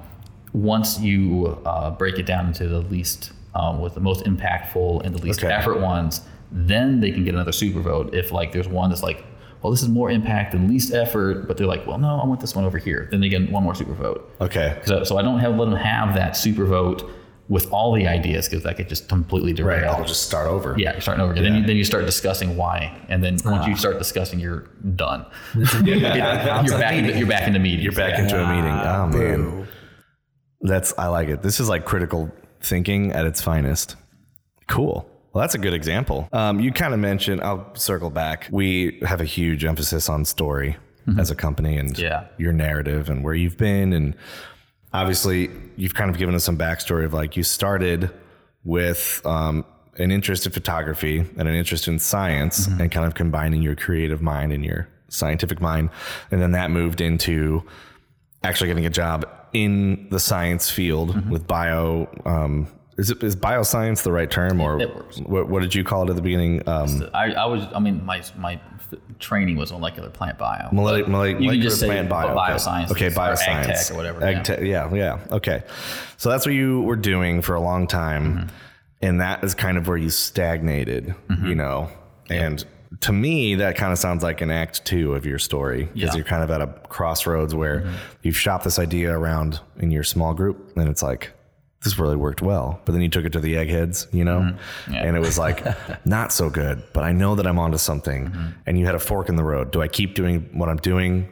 Speaker 3: once you uh, break it down into the least, um, with the most impactful and the least
Speaker 5: Okay.
Speaker 3: effort ones, then they can get another super vote. If like there's one that's like, well, this is more impact and least effort, but they're like, well, no, I want this one over here. Then they get one more super vote.
Speaker 5: Okay.
Speaker 3: So, so I don't have let them have that super vote with all the ideas because that could just completely
Speaker 5: Right.
Speaker 3: derail.
Speaker 5: I'll just start over.
Speaker 3: yeah, you're starting over again. Then, you, then you start discussing why, and then once you start discussing, you're done. you're back. Into, you're back into meetings. You're
Speaker 1: Back
Speaker 3: yeah.
Speaker 1: into a meeting.
Speaker 5: Oh man.
Speaker 4: Boo.
Speaker 1: That's I like it. This is like critical thinking at its finest. Cool. Well, that's a good example. Um, you kind of mentioned. I'll circle back. We have a huge emphasis on story as a company and
Speaker 3: Mm-hmm. Yeah.
Speaker 1: your narrative and where you've been and obviously you've kind of given us some backstory of like you started with um, an interest in photography and an interest in science
Speaker 3: Mm-hmm.
Speaker 1: and kind of combining your creative mind and your scientific mind. And then that moved into actually getting a job in the science field
Speaker 3: Mm-hmm.
Speaker 1: with bio. Um, is, it, is bioscience the right term or
Speaker 3: It works.
Speaker 1: What, what did you call it at the beginning? Um,
Speaker 3: I, I was, I mean, my my f- training was molecular plant bio.
Speaker 1: Mole- mole-
Speaker 3: you can just
Speaker 1: molecular plant
Speaker 3: say
Speaker 1: bio. okay. Okay,
Speaker 3: biosciences or ag
Speaker 1: bioscience.
Speaker 3: tech or whatever,
Speaker 1: Ag
Speaker 3: yeah.
Speaker 1: tech, yeah, yeah. Okay. So that's what you were doing for a long time.
Speaker 3: Mm-hmm.
Speaker 1: And that is kind of where you stagnated, you know? And to me, that kind of sounds like an act two of your story because
Speaker 3: Yeah. Mm-hmm.
Speaker 1: you're kind of at a crossroads where you've shot this idea around in your small group and it's like, this really worked well. But then you took it to the eggheads, you know?
Speaker 3: Yeah.
Speaker 1: And it was like, not so good, but I know that I'm onto something. And you had a fork in the road. Do I keep doing what I'm doing?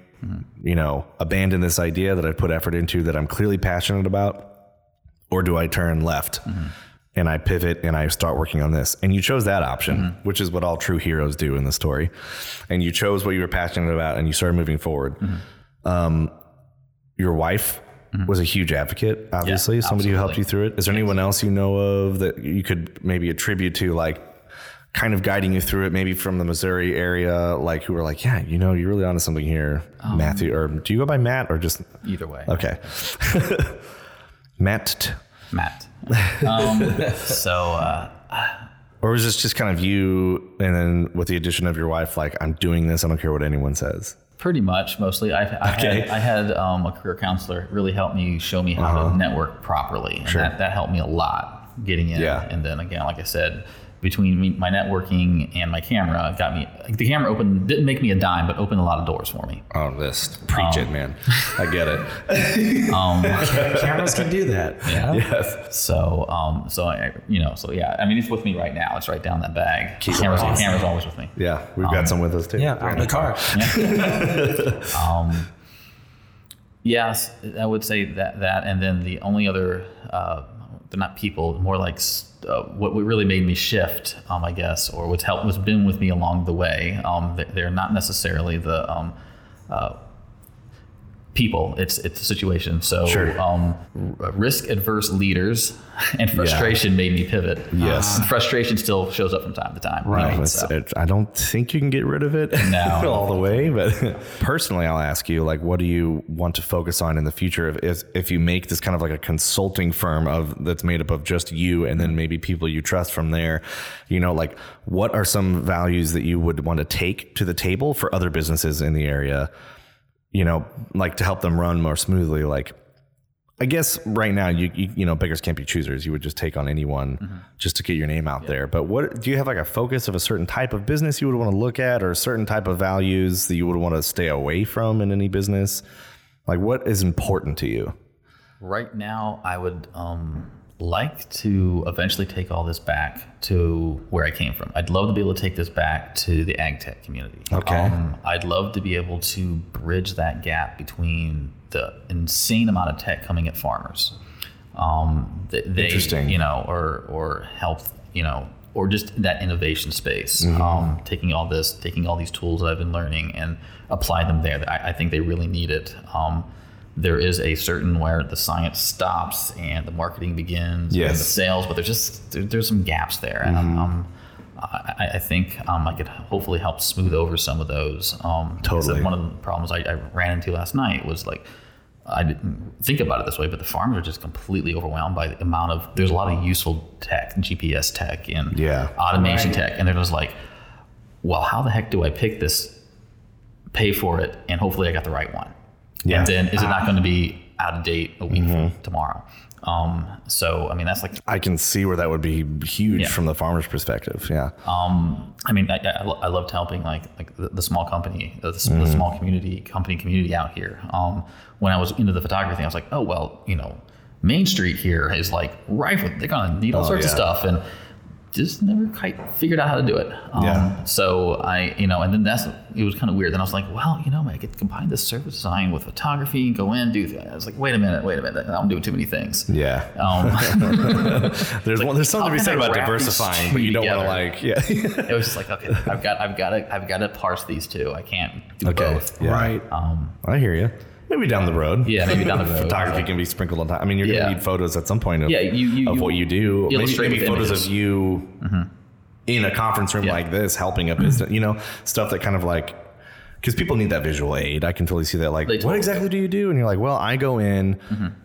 Speaker 1: You know, abandon this idea that I put effort into that I'm clearly passionate about? Or do I turn left? And I pivot and I start working on this. And you chose that option, which is what all true heroes do in the story. And you chose what you were passionate about and you started moving forward Um, your wife was a huge advocate, obviously, somebody who helped you through it. Is there anyone else you know of that you could maybe attribute to, like, kind of guiding you through it, maybe from the Missouri area, like, who were like, yeah, you know, you're really onto something here, Matthew, or do you go by Matt or just,
Speaker 3: Either way,
Speaker 1: okay. Matt, t-
Speaker 3: Matt. Um, so uh,
Speaker 1: or was this just kind of you, and then with the addition of your wife, like, I'm doing this, I don't care what anyone says.
Speaker 3: pretty much, mostly, I've, I
Speaker 1: Okay.
Speaker 3: had, I had um, a career counselor really help me show me how
Speaker 1: Uh-huh.
Speaker 3: to network properly, and that, that helped me a lot getting in.
Speaker 1: Yeah.
Speaker 3: And then again, like I said. Between me, my networking and my camera, it got me. The camera opened didn't make me a dime, but opened a lot of doors for me.
Speaker 1: Oh, this preach it, man. I get it.
Speaker 4: Cameras can do that. Yeah.
Speaker 3: So, um, so I, you know, so yeah. I mean, it's with me right now. It's right down that bag. Camera's,
Speaker 4: Awesome.
Speaker 3: camera's always with me.
Speaker 1: Yeah, we've got some with us too.
Speaker 4: Yeah, out in the car.
Speaker 3: Yes, I would say that. That and then the only other, uh, they're not people, more like s- uh, what what really made me shift, um, I guess, or what's helped, what's been with me along the way. Um, th- they're not necessarily the um, uh, people. It's it's a situation. So,
Speaker 1: Sure.
Speaker 3: um, risk adverse leaders and frustration made me pivot.
Speaker 1: Yes.
Speaker 3: And frustration still shows up from time to time.
Speaker 1: Right.
Speaker 3: So-
Speaker 1: it, I don't think you can get rid of it
Speaker 3: No.
Speaker 1: all the way. But personally, I'll ask you, like, what do you want to focus on in the future if, if, if you make this kind of like a consulting firm of that's made up of just you and then maybe people you trust from there? You know, like, what are some values that you would want to take to the table for other businesses in the area? You know, like to help them run more smoothly, like. I guess right now you, you you know beggars can't be choosers. You would just take on anyone
Speaker 3: Mm-hmm.
Speaker 1: just to get your name out there. But what do you have like a focus of a certain type of business you would want to look at, or a certain type of values that you would want to stay away from in any business? Like what is important to you?
Speaker 3: Right now, I would um, like to eventually take all this back to where I came from. I'd love to be able to take this back to the ag tech community.
Speaker 1: Okay.
Speaker 3: Um, I'd love to be able to bridge that gap between the insane amount of tech coming at farmers. Um, th- they,
Speaker 1: Interesting.
Speaker 3: You know, or or health. You know, or just that innovation space.
Speaker 1: Mm-hmm.
Speaker 3: Um, taking all this, taking all these tools that I've been learning and apply them there. I, I think they really need it. Um, there is a certain where the science stops and the marketing begins and
Speaker 1: Yes.
Speaker 3: the sales, but there's just there, there's some gaps there, and
Speaker 1: Mm-hmm.
Speaker 3: I'm- I'm- i I, I think um, I could hopefully help smooth over some of those. Um, like I said,
Speaker 1: Totally.
Speaker 3: One of the problems I, I ran into last night was like. I didn't think about it this way, but the farmers are just completely overwhelmed by the amount of. There's a lot of useful tech, GPS tech, and
Speaker 1: Yeah.
Speaker 3: automation tech, and they're just like, "Well, how the heck do I pick this? Pay for it, and hopefully I got the right one."
Speaker 1: Yeah. Mm-hmm.
Speaker 3: And then is it not going to be out of date a week from tomorrow? Um, so I mean that's like
Speaker 1: I can see where that would be huge
Speaker 3: Yeah.
Speaker 1: from the farmer's perspective. Yeah.
Speaker 3: um, I mean I, I, lo- I loved helping like like the, the small company uh, the, s-
Speaker 1: Mm-hmm.
Speaker 3: the small community company community out here. Um, when I was into the photography thing, I was like oh well you know Main Street here is like rife with they're gonna need all sorts of
Speaker 1: Oh, yeah.
Speaker 3: stuff and just never quite figured out how to do it. Um,
Speaker 1: Yeah.
Speaker 3: So I, you know, and then that's it was kind of weird. Then I was like, well, you know, I could combine this service design with photography and go in do. th- I was like, wait a minute, wait a minute, I'm doing too many things.
Speaker 1: Yeah.
Speaker 3: Um,
Speaker 1: there's one, there's something to
Speaker 3: how
Speaker 1: be
Speaker 3: can
Speaker 1: said
Speaker 3: I
Speaker 1: about
Speaker 3: wrap these
Speaker 1: diversifying,
Speaker 3: two
Speaker 1: but you don't want to
Speaker 3: together?
Speaker 1: like yeah.
Speaker 3: it was just like, okay, I've got, I've got to, I've got to parse these two. I can't do
Speaker 1: okay.
Speaker 3: both. Um,
Speaker 1: Yeah.
Speaker 4: Right.
Speaker 1: I hear you. Maybe down the road.
Speaker 3: Yeah, maybe down the road.
Speaker 1: Photography can be sprinkled on top. I mean, you're
Speaker 3: Yeah.
Speaker 1: gonna need photos at some point of,
Speaker 3: Yeah, you- you-
Speaker 1: of
Speaker 3: you
Speaker 1: what you do. Maybe,
Speaker 3: illustrate
Speaker 1: maybe
Speaker 3: with
Speaker 1: photos
Speaker 3: images. Mm-hmm.
Speaker 1: of you in a conference room
Speaker 3: Yeah.
Speaker 1: like this, helping a business. You know, stuff that kind of like because people need that visual aid. I can totally see that. Like,
Speaker 3: They
Speaker 1: what
Speaker 3: totally Mm-hmm.
Speaker 1: exactly do you do? And you're like, well, I go in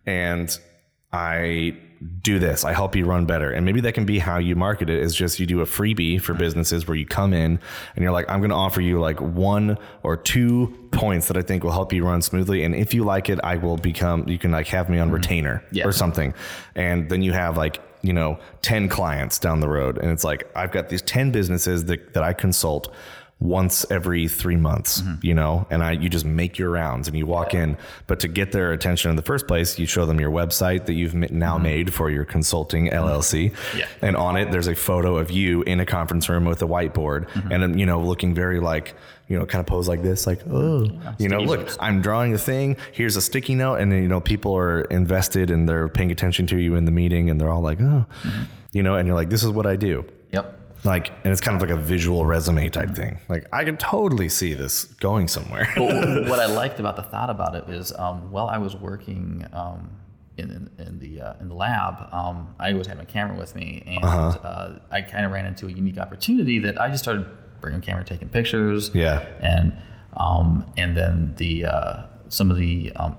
Speaker 1: and I do this. I help you run better. And maybe that can be how you market it. Is just you do a freebie
Speaker 3: Mm-hmm.
Speaker 1: for businesses where you come in and you're like, I'm going to offer you like one or two points that I think will help you run smoothly. And if you like it, I will become. You can like have me on retainer
Speaker 3: Mm-hmm. Yeah.
Speaker 1: or something. And then you have like you know 10 clients down the road and it's like i've got these 10 businesses that, that i consult once every three months you know and i you just make your rounds and you walk in but to get their attention in the first place you show them your website that you've ma- now made for your consulting llc
Speaker 3: Yeah.
Speaker 1: and on it there's a photo of you in a conference room with a whiteboard and um, you know looking very like you know kind of pose like this like oh you know look i'm drawing a thing here's a sticky note and then, you know people are invested and they're paying attention to you in the meeting and they're all like oh
Speaker 3: Mm-hmm.
Speaker 1: you know and you're like this is what i do
Speaker 3: Yep.
Speaker 1: like and it's kind of like a visual resume type thing like i can totally see this going somewhere
Speaker 3: Mm-hmm. But what I liked about the thought about it is, um, while I was working um, in, in, in the uh, in the lab, um, I always had my camera with me, and uh I kind of ran into a unique opportunity that I just started bringing camera, taking pictures,
Speaker 1: Yeah.
Speaker 3: and um, and then the uh, some of the um,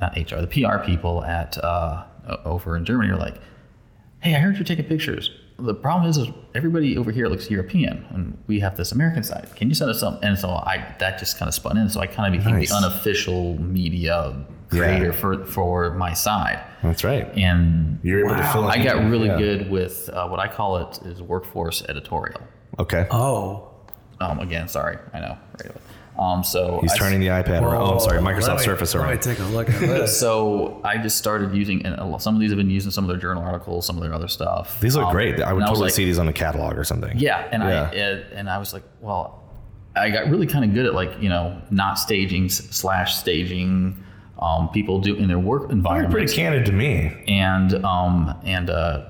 Speaker 3: not HR, the PR people at uh, o- over in Germany are like, hey, I heard you're taking pictures. The problem is, is everybody over here looks European, and we have this American side. Can you send us some? And so I that just kind of spun in. So I kind of became
Speaker 1: Nice.
Speaker 3: the unofficial media
Speaker 1: Yeah.
Speaker 3: creator for for my side,
Speaker 1: that's right
Speaker 3: and
Speaker 1: you're able to fill in
Speaker 3: I got really
Speaker 1: yeah.
Speaker 3: good with uh, what I call it is workforce editorial.
Speaker 1: okay
Speaker 4: Oh,
Speaker 3: Um, again, sorry, I know. Right away. Um, so
Speaker 1: he's
Speaker 3: I-
Speaker 1: turning the ipad around oh i'm sorry
Speaker 4: Let
Speaker 1: microsoft
Speaker 4: me-
Speaker 1: surface
Speaker 4: Let me
Speaker 1: around
Speaker 4: take a look at this.
Speaker 3: So I just started using, and a lot- some of these have been used in some of their journal articles, some of their other stuff.
Speaker 1: these look
Speaker 3: Um,
Speaker 1: great i would
Speaker 3: and was
Speaker 1: totally
Speaker 3: like,
Speaker 1: see these on a catalog or something
Speaker 3: Yeah, and I
Speaker 1: Yeah.
Speaker 3: and, and I was like, well, I got really kind of good at like you know not staging s- slash staging um, people do in their work
Speaker 1: you're
Speaker 3: environment,
Speaker 1: pretty candid to me
Speaker 3: and um and uh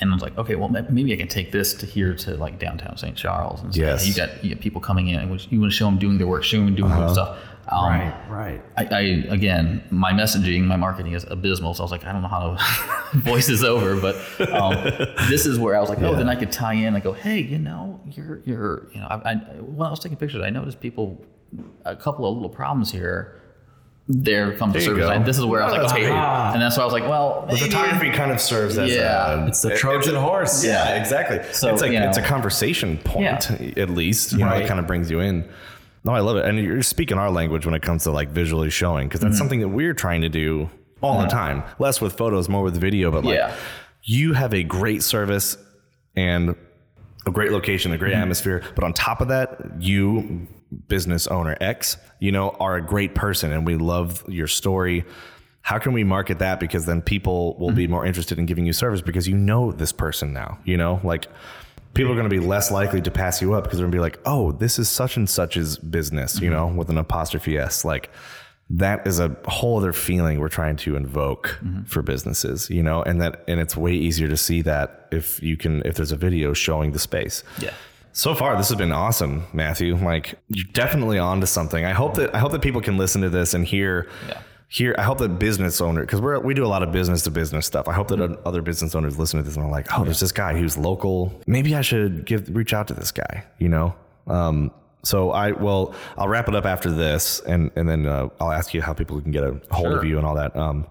Speaker 3: and I was like, okay, well ma- maybe I can take this to here to like downtown St. Charles, and say,
Speaker 1: Yes.
Speaker 3: you got you got people coming in, and which- you want to show them doing their work, show them doing
Speaker 1: Uh-huh.
Speaker 3: their stuff. Um,
Speaker 4: right, right.
Speaker 3: I, I again, my messaging, my marketing is abysmal. So I was like, I don't know how to voice this over, but um, this is where I was like, oh, then I could tie in. I go, hey, you know, you're, you're, you know, I, I, when I was taking pictures, I noticed people, a couple of little problems here. There comes the
Speaker 1: There you
Speaker 3: service.
Speaker 1: go.
Speaker 3: And this is where I was
Speaker 1: Oh,
Speaker 3: like,
Speaker 1: that's
Speaker 3: okay,
Speaker 1: great.
Speaker 3: and that's why I was like, well,
Speaker 1: The
Speaker 3: maybe-
Speaker 1: photography kind of serves as
Speaker 3: Yeah.
Speaker 1: a,
Speaker 4: It's the
Speaker 1: it-
Speaker 4: Trojan horse.
Speaker 1: Yeah, exactly.
Speaker 3: So,
Speaker 1: it's like
Speaker 3: you
Speaker 1: it's a
Speaker 3: know.
Speaker 1: conversation point at least. You know, it
Speaker 4: Right.
Speaker 1: kind of brings you in. No, I love it, and you're speaking our language when it comes to like visually showing because
Speaker 3: Mm-hmm.
Speaker 1: that's something that we're trying to do all the time. Less with photos, more with video. But like,
Speaker 3: Yeah.
Speaker 1: you have a great service and a great location, a great atmosphere. But on top of that, you, business owner X, you know, are a great person and we love your story. How can we market that? Because then people will be more interested in giving you service because you know this person now, you know, like people are going to be less likely to pass you up because they're going to be like, oh, this is such and such's business, you know, with an apostrophe S. Like, that is a whole other feeling we're trying to invoke for businesses you know and that and it's way easier to see that if you can if there's a video showing the space
Speaker 3: Yeah.
Speaker 1: so far this has been awesome matthew like you're definitely onto something i hope that i hope that people can listen to this and hear
Speaker 3: Yeah.
Speaker 1: Here, I hope that business owner, because we're we do a lot of business to business stuff. I hope that other business owners listen to this and are like, "Oh, there's this guy who's local. Maybe I should give reach out to this guy." You know. Um, so I well, I'll wrap it up after this, and and then uh, I'll ask you how people can get a hold of you and all that. Um,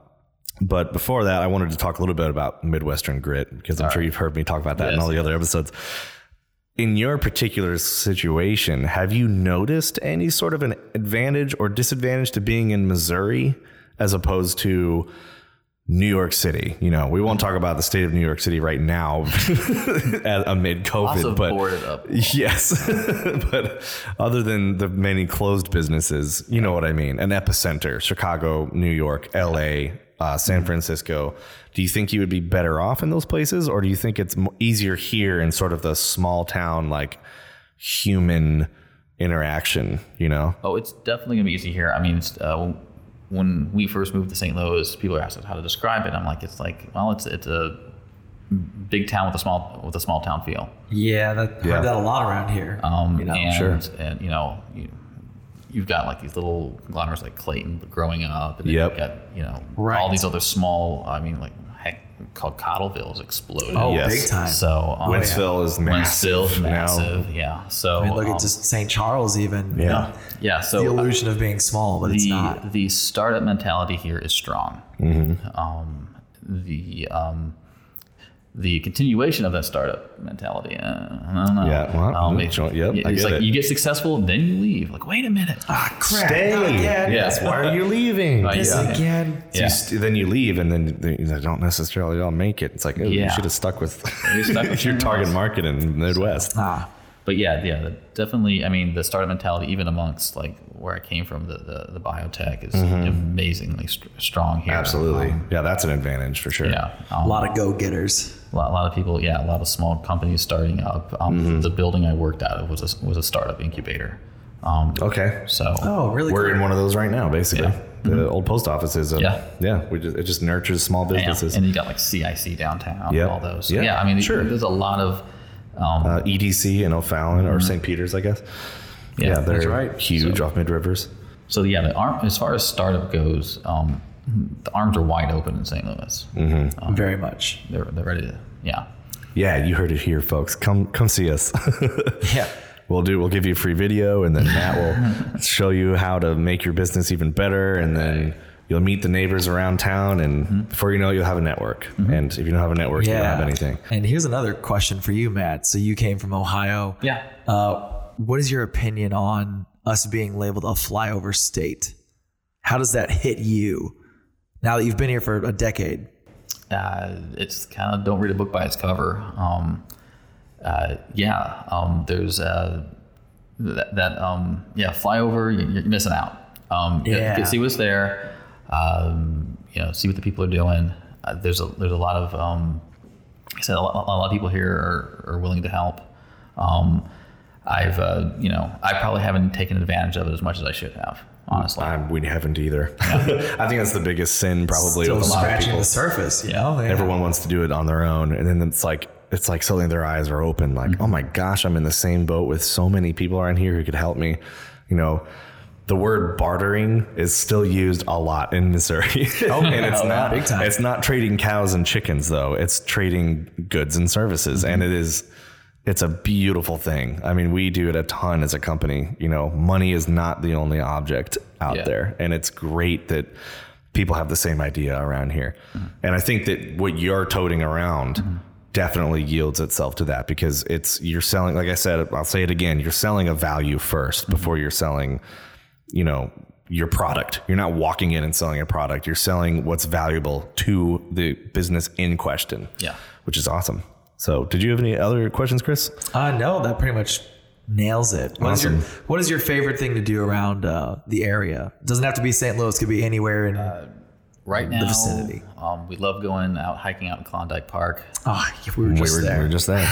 Speaker 1: but before that, I wanted to talk a little bit about Midwestern grit because I'm sure you've heard me talk about that in all the other episodes. In your particular situation, have you noticed any sort of an advantage or disadvantage to being in Missouri as opposed to New York City? You know, we won't talk about the state of New York City right now at- amid
Speaker 3: Lots
Speaker 1: COVID,
Speaker 3: of
Speaker 1: but
Speaker 3: boarded up.
Speaker 1: Yes. but other than the many closed businesses, you know what I mean? An epicenter, Chicago, New York, LA, uh,
Speaker 3: Mm-hmm.
Speaker 1: San Francisco. Do you think you would be better off in those places? Or do you think it's mo- easier here in sort of the small town, like human interaction, you know?
Speaker 3: Oh, it's definitely gonna be easy here. I mean, it's, uh, when we first moved to St. Louis, people asked us how to describe it. I'm like, it's like, well, it's it's a big town with a small with a small town feel.
Speaker 4: Yeah, that
Speaker 1: Yeah.
Speaker 4: heard that a lot around here.
Speaker 3: Um,
Speaker 4: You know,
Speaker 3: and,
Speaker 1: sure.
Speaker 3: and you know, you, you've got like these little conglomerates like Clayton growing up, and then
Speaker 1: Yep.
Speaker 3: you've got you know all
Speaker 4: Right.
Speaker 3: these other small. I mean, like heck, called Cottleville's exploded.
Speaker 4: Oh,
Speaker 1: Yes.
Speaker 4: big time.
Speaker 3: so um,
Speaker 1: Wentzville is
Speaker 3: Wentzville
Speaker 1: massive
Speaker 3: is
Speaker 1: now.
Speaker 3: massive. Yeah. So
Speaker 4: I mean, look
Speaker 3: um,
Speaker 4: at just St. Charles, even.
Speaker 1: Yeah.
Speaker 3: yeah. So
Speaker 4: The
Speaker 3: uh,
Speaker 4: illusion of being small, but it's
Speaker 3: the,
Speaker 4: not.
Speaker 3: The startup mentality here is strong.
Speaker 1: Mm-hmm.
Speaker 3: Um, the um, the continuation of that startup mentality. Uh, I don't know.
Speaker 1: Yeah, well,
Speaker 3: um,
Speaker 1: mm, sure, yep, I
Speaker 3: it's
Speaker 1: get
Speaker 3: like
Speaker 1: it.
Speaker 3: you get successful, then you leave. Like, wait a minute.
Speaker 4: Crap.
Speaker 1: Stay.
Speaker 4: not again.
Speaker 3: Yes.
Speaker 1: Why are you leaving?
Speaker 3: Right,
Speaker 1: This
Speaker 3: yeah.
Speaker 1: again. So you
Speaker 3: Yeah.
Speaker 1: st- then you leave, and then they- they don't necessarily all make it. It's like oh, you
Speaker 3: Yeah.
Speaker 1: should have stuck with
Speaker 3: You stuck with
Speaker 1: your
Speaker 3: your
Speaker 1: target
Speaker 3: nose.
Speaker 1: market in Midwest.
Speaker 4: Ah,
Speaker 3: But yeah, yeah, the- definitely. I mean, the startup mentality, even amongst like where I came from, the the, the biotech is amazingly st- strong
Speaker 1: Mm-hmm.
Speaker 3: here. Um,
Speaker 1: Absolutely. Yeah, that's an advantage for sure.
Speaker 3: Yeah. Um,
Speaker 4: a lot of go getters.
Speaker 3: a lot, a lot of people, yeah, a lot of small companies starting up. Um, The building I worked out of was a, was a startup incubator. Um,
Speaker 1: Okay.
Speaker 3: So
Speaker 4: Oh, really?
Speaker 1: We're
Speaker 4: cool.
Speaker 1: in one of those right now, basically.
Speaker 3: Yeah.
Speaker 1: The old post office is. A,
Speaker 3: Yeah.
Speaker 1: Yeah. We just, it just nurtures small
Speaker 3: yeah.
Speaker 1: businesses.
Speaker 3: and you got like CIC downtown,
Speaker 1: Yeah.
Speaker 3: and all those.
Speaker 1: Yeah,
Speaker 3: Yeah, I mean,
Speaker 1: sure.
Speaker 3: there's a lot of, um,
Speaker 1: uh, EDC and O'Fallon or St. Peter's, I guess.
Speaker 3: Mm-hmm. yeah,
Speaker 1: they're
Speaker 3: there's-
Speaker 1: huge off Mid Rivers.
Speaker 3: So yeah, the arm as far as startup goes, um, the arms are wide open in St. Louis.
Speaker 4: Very much.
Speaker 3: They're they're ready. To, yeah.
Speaker 1: Yeah, you heard it here, folks. Come come see us.
Speaker 4: Yeah.
Speaker 1: we'll do we'll give you a free video and then Matt will show you how to make your business even better and then you'll meet the neighbors around town and
Speaker 4: Mm-hmm.
Speaker 1: before you know it, you'll have a network. And if you don't have a network, you don't have anything.
Speaker 4: And here's another question for you, Matt. So you came from Ohio.
Speaker 3: Yeah.
Speaker 4: Uh, what is your opinion on us being labeled a flyover state? How does that hit you now that you've been here for a decade?
Speaker 3: uh, it's kind of don't read a book by its cover. Um, uh, yeah, um, there's uh, that, that um, yeah flyover. you- You're missing out. Um, you
Speaker 4: Yeah.
Speaker 3: can see what's there. Um, you know, see what the people are doing. Uh, there's a there's a lot of um, like I said a lot, a lot of people here are, are willing to help. Um, I've uh, you know I probably haven't taken advantage of it as much as I should have. Honestly,
Speaker 1: I'm, we haven't either. I think that's the biggest sin probably
Speaker 4: Still
Speaker 1: with a lot of
Speaker 4: scratching
Speaker 1: people.
Speaker 4: the surface, you know? Yeah.
Speaker 1: Everyone wants to do it on their own, and then it's like it's like suddenly their eyes are open. Like,
Speaker 4: Mm-hmm.
Speaker 1: oh my gosh, I'm in the same boat with so many people around here who could help me. You know, the word bartering is still used a lot in Missouri. Oh, and it's not
Speaker 4: big time.
Speaker 1: it's not trading cows and chickens though. It's trading goods and services, and
Speaker 4: Mm-hmm.
Speaker 1: it is. It's a beautiful thing. I mean, we do it a ton as a company. You know, money is not the only object out
Speaker 3: Yeah.
Speaker 1: there there. And it's great that people have the same idea around here. And I think that what you're toting around definitely yields itself to that because it's you're selling like I said, I'll say it again, you're selling a value 1st before you're selling, you know, your product. You're not walking in and selling a product. You're selling what's valuable to the business in question.
Speaker 3: Yeah.
Speaker 1: Which is awesome. So, did you have any other questions, Chris?
Speaker 4: Uh, no, that pretty much nails it. What is
Speaker 1: Awesome.
Speaker 4: your What is your favorite thing to do around uh, the area? Doesn't have to be St. Louis. Could be anywhere. In
Speaker 3: Uh, right now,
Speaker 4: vicinity.
Speaker 3: um, we love going out hiking out in Klondike Park.
Speaker 4: oh, yeah, we were just
Speaker 1: we, were,
Speaker 4: there.
Speaker 1: we were just there.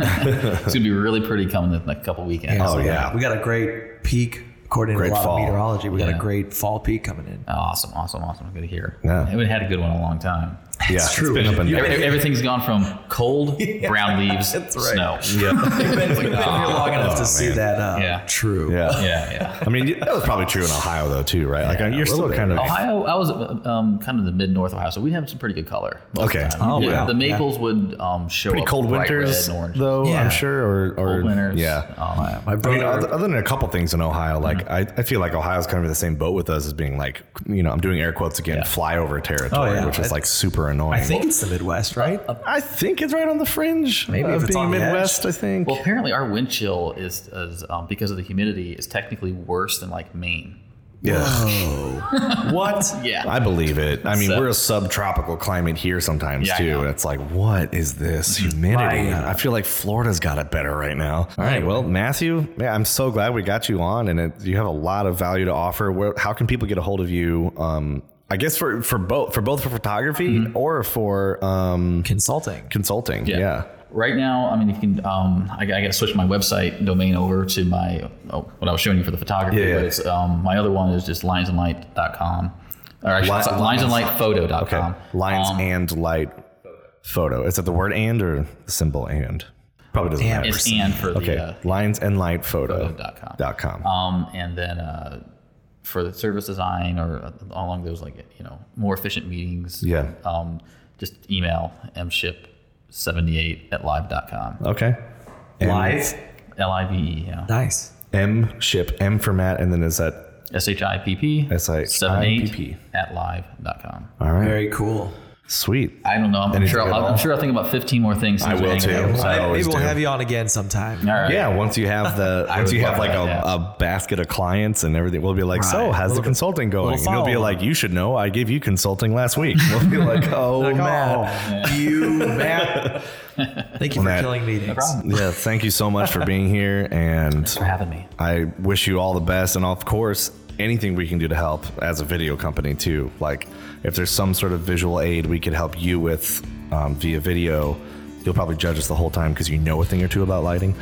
Speaker 3: It's gonna be really pretty coming in like a couple weekends.
Speaker 1: Oh, yeah.
Speaker 4: we got a great peak. According
Speaker 1: Great
Speaker 4: to a lot
Speaker 1: fall.
Speaker 4: of meteorology, we got
Speaker 3: Yeah.
Speaker 4: a great fall peak coming in.
Speaker 3: Awesome, awesome, awesome. Good to hear.
Speaker 1: Yeah.
Speaker 3: We had a good one in a long time.
Speaker 1: Yeah,
Speaker 4: true.
Speaker 1: It's been up and down.
Speaker 3: Every- every- everything's gone from cold, brown leaves,
Speaker 4: that's
Speaker 3: snow.
Speaker 4: right.
Speaker 1: Yeah.
Speaker 4: We've been here long enough to
Speaker 1: Oh,
Speaker 4: see
Speaker 1: man.
Speaker 4: that. Uh,
Speaker 3: Yeah.
Speaker 4: True.
Speaker 1: yeah.
Speaker 3: Yeah, yeah.
Speaker 1: I mean, that was probably true in Ohio though too, right? Like you're still kind of
Speaker 3: Ohio, I was um, kind of the mid North Ohio, so we have some pretty good color. most of the
Speaker 1: Okay.
Speaker 3: time.
Speaker 4: Oh,
Speaker 3: yeah.
Speaker 4: wow.
Speaker 3: The maples would um, show
Speaker 1: pretty
Speaker 3: up
Speaker 1: cold
Speaker 3: bright
Speaker 1: winters
Speaker 3: red and orange.
Speaker 1: though,
Speaker 4: Yeah.
Speaker 1: I'm sure, or, or
Speaker 3: cold winters.
Speaker 1: yeah.
Speaker 3: Um,
Speaker 4: My
Speaker 1: I
Speaker 4: brother.
Speaker 1: mean, other, other than a couple things in Ohio, like I, I feel like Ohio's kind of in the same boat with us as being like, you know, I'm doing air quotes again, flyover territory,
Speaker 4: Oh, yeah.
Speaker 1: which is like super annoying.
Speaker 4: I think it's the Midwest, right?
Speaker 3: Uh,
Speaker 1: I think it's right on the fringe
Speaker 4: Maybe
Speaker 1: of
Speaker 4: if it's
Speaker 1: being
Speaker 4: on the edge.
Speaker 1: Midwest. I think.
Speaker 3: well, apparently our wind chill is, is um, because of the humidity is technically worse than like Maine.
Speaker 1: yeah.
Speaker 4: what?
Speaker 3: Yeah.
Speaker 1: I believe it. I mean,
Speaker 3: So-
Speaker 1: we're a subtropical climate here sometimes
Speaker 3: Yeah, I
Speaker 1: too,
Speaker 3: know.
Speaker 1: and it's like, what is this humidity?
Speaker 4: My, uh,
Speaker 1: I feel like Florida's got it better right now. All right,
Speaker 3: Mm-hmm.
Speaker 1: well, Matthew, yeah, I'm so glad we got you on, and it, you have a lot of value to offer. Where, how can people get a hold of you? Um, I guess for for both for both for photography
Speaker 3: Mm-hmm.
Speaker 1: or for um,
Speaker 4: Consulting.
Speaker 1: consulting. Yeah.
Speaker 3: Right now, I mean, you can. Um, I, I got to switch my website domain over to my oh, what I was showing you for the photography.
Speaker 1: Yeah, yeah.
Speaker 3: But it's, um, my other one is just lionsandlight.com. Or actually,
Speaker 1: Li-
Speaker 3: it's lionsandlightphoto.com. um,
Speaker 1: Okay. Lines and light photo. Is it the word and or the symbol and?
Speaker 5: Probably doesn't
Speaker 4: Damn.
Speaker 5: matter.
Speaker 4: It's
Speaker 3: It's and for the
Speaker 1: Okay,
Speaker 3: uh,
Speaker 1: lines and light photo.
Speaker 3: dot com.
Speaker 1: Dot com.
Speaker 3: Um, and then uh, for the service design or uh, along those like you know more efficient meetings.
Speaker 1: Yeah.
Speaker 3: Um, just email mship78 at live.com.
Speaker 1: Okay. M-
Speaker 4: Live.
Speaker 3: L I V E. Yeah.
Speaker 4: Nice.
Speaker 1: M ship M for Matt, and then is that
Speaker 3: S H I P P.
Speaker 1: S-H-I-P-P.
Speaker 3: 78 at live.com.
Speaker 1: all right?
Speaker 4: Very cool.
Speaker 1: Sweet.
Speaker 3: I don't know. I'm
Speaker 1: Anything
Speaker 3: sure.
Speaker 1: at all?
Speaker 3: I'll, I'm sure I'll think about 15 more things.
Speaker 1: I
Speaker 3: since we're
Speaker 1: will too.
Speaker 3: hanging out.
Speaker 1: I
Speaker 4: Maybe
Speaker 1: always
Speaker 4: we'll
Speaker 1: do.
Speaker 4: have you on again sometime.
Speaker 3: All right.
Speaker 1: Yeah, once you have the once you
Speaker 3: would
Speaker 1: have
Speaker 3: love
Speaker 1: like a,
Speaker 3: that, yeah.
Speaker 1: a basket of clients and everything, we'll be like, so
Speaker 4: Right.
Speaker 1: how's the consulting going?
Speaker 4: little
Speaker 1: And you'll be
Speaker 4: follow-up.
Speaker 1: like, you should know. I gave you consulting last week. We'll be like, oh Matt,
Speaker 4: you, Matt. Thank you for
Speaker 1: Matt.
Speaker 4: killing meetings.
Speaker 3: problem.
Speaker 1: yeah, thank you so much for being here, and
Speaker 3: For having me.
Speaker 1: I wish you all the best. And of course, anything we can do to help as a video company too. Like if there's some sort of visual aid we could help you with um, via video, you'll probably judge us the whole time because you know a thing or two about lighting.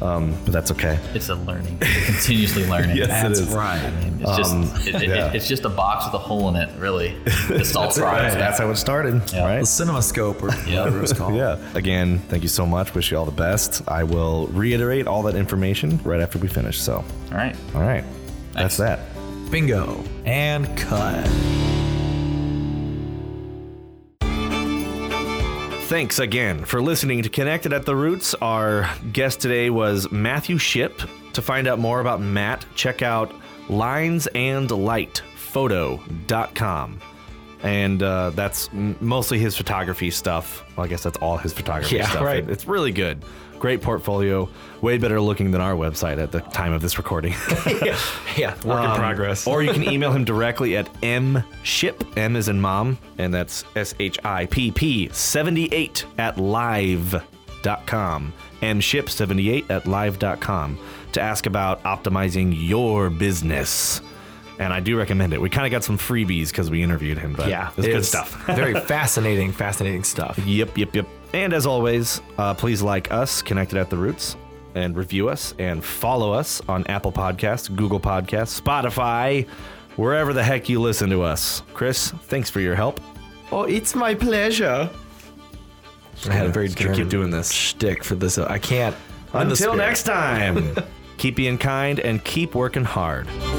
Speaker 1: Um, but that's okay.
Speaker 3: It's a learning, continuously learning.
Speaker 1: Yes, it
Speaker 4: That's
Speaker 1: is. Um,
Speaker 4: right.
Speaker 3: It's just it, it,
Speaker 1: yeah.
Speaker 3: it's just a box with a hole in it, really. It's all
Speaker 1: Right,
Speaker 3: products.
Speaker 1: That's how it started.
Speaker 4: The
Speaker 1: Right.
Speaker 4: CinemaScope or whatever it's called.
Speaker 1: Yeah. Again, thank you so much. Wish you all the best. I will reiterate all that information right after we finish. So,
Speaker 3: All right.
Speaker 1: all right. That's that.
Speaker 4: Bingo. And cut.
Speaker 1: Thanks again for listening to Connected at the Roots. Our guest today was Matthew Ship. To find out more about Matt, check out linesandlightphoto.com. And uh, that's m- mostly his photography stuff. Well, I guess that's all his photography
Speaker 4: Yeah,
Speaker 1: stuff.
Speaker 4: right.
Speaker 1: It- It's really good. Great portfolio. Way better looking than our website at the time of this recording.
Speaker 2: Yeah, work in
Speaker 1: Um,
Speaker 2: progress.
Speaker 1: or you can email him directly at mship, M is in mom, and that's S H I P P 78 at live.com. mship78 at live.com to ask about optimizing your business. And I do recommend it. We kind of got some freebies because we interviewed him, but
Speaker 2: yeah,
Speaker 1: it's good
Speaker 2: is
Speaker 1: stuff.
Speaker 2: very fascinating, fascinating stuff.
Speaker 1: Yep, yep, yep. And as always, uh, please like us, Connected at the Roots, and review us and follow us on Apple Podcasts, Google Podcasts, Spotify, wherever the heck you listen to us. Chris, thanks for your help.
Speaker 2: Oh, it's my pleasure. I had a very
Speaker 1: Just gonna keep
Speaker 2: German
Speaker 1: doing this.
Speaker 2: shtick for this. uh, I can't. I'm the
Speaker 1: Until
Speaker 2: spirit.
Speaker 1: next time, keep being kind and keep working hard.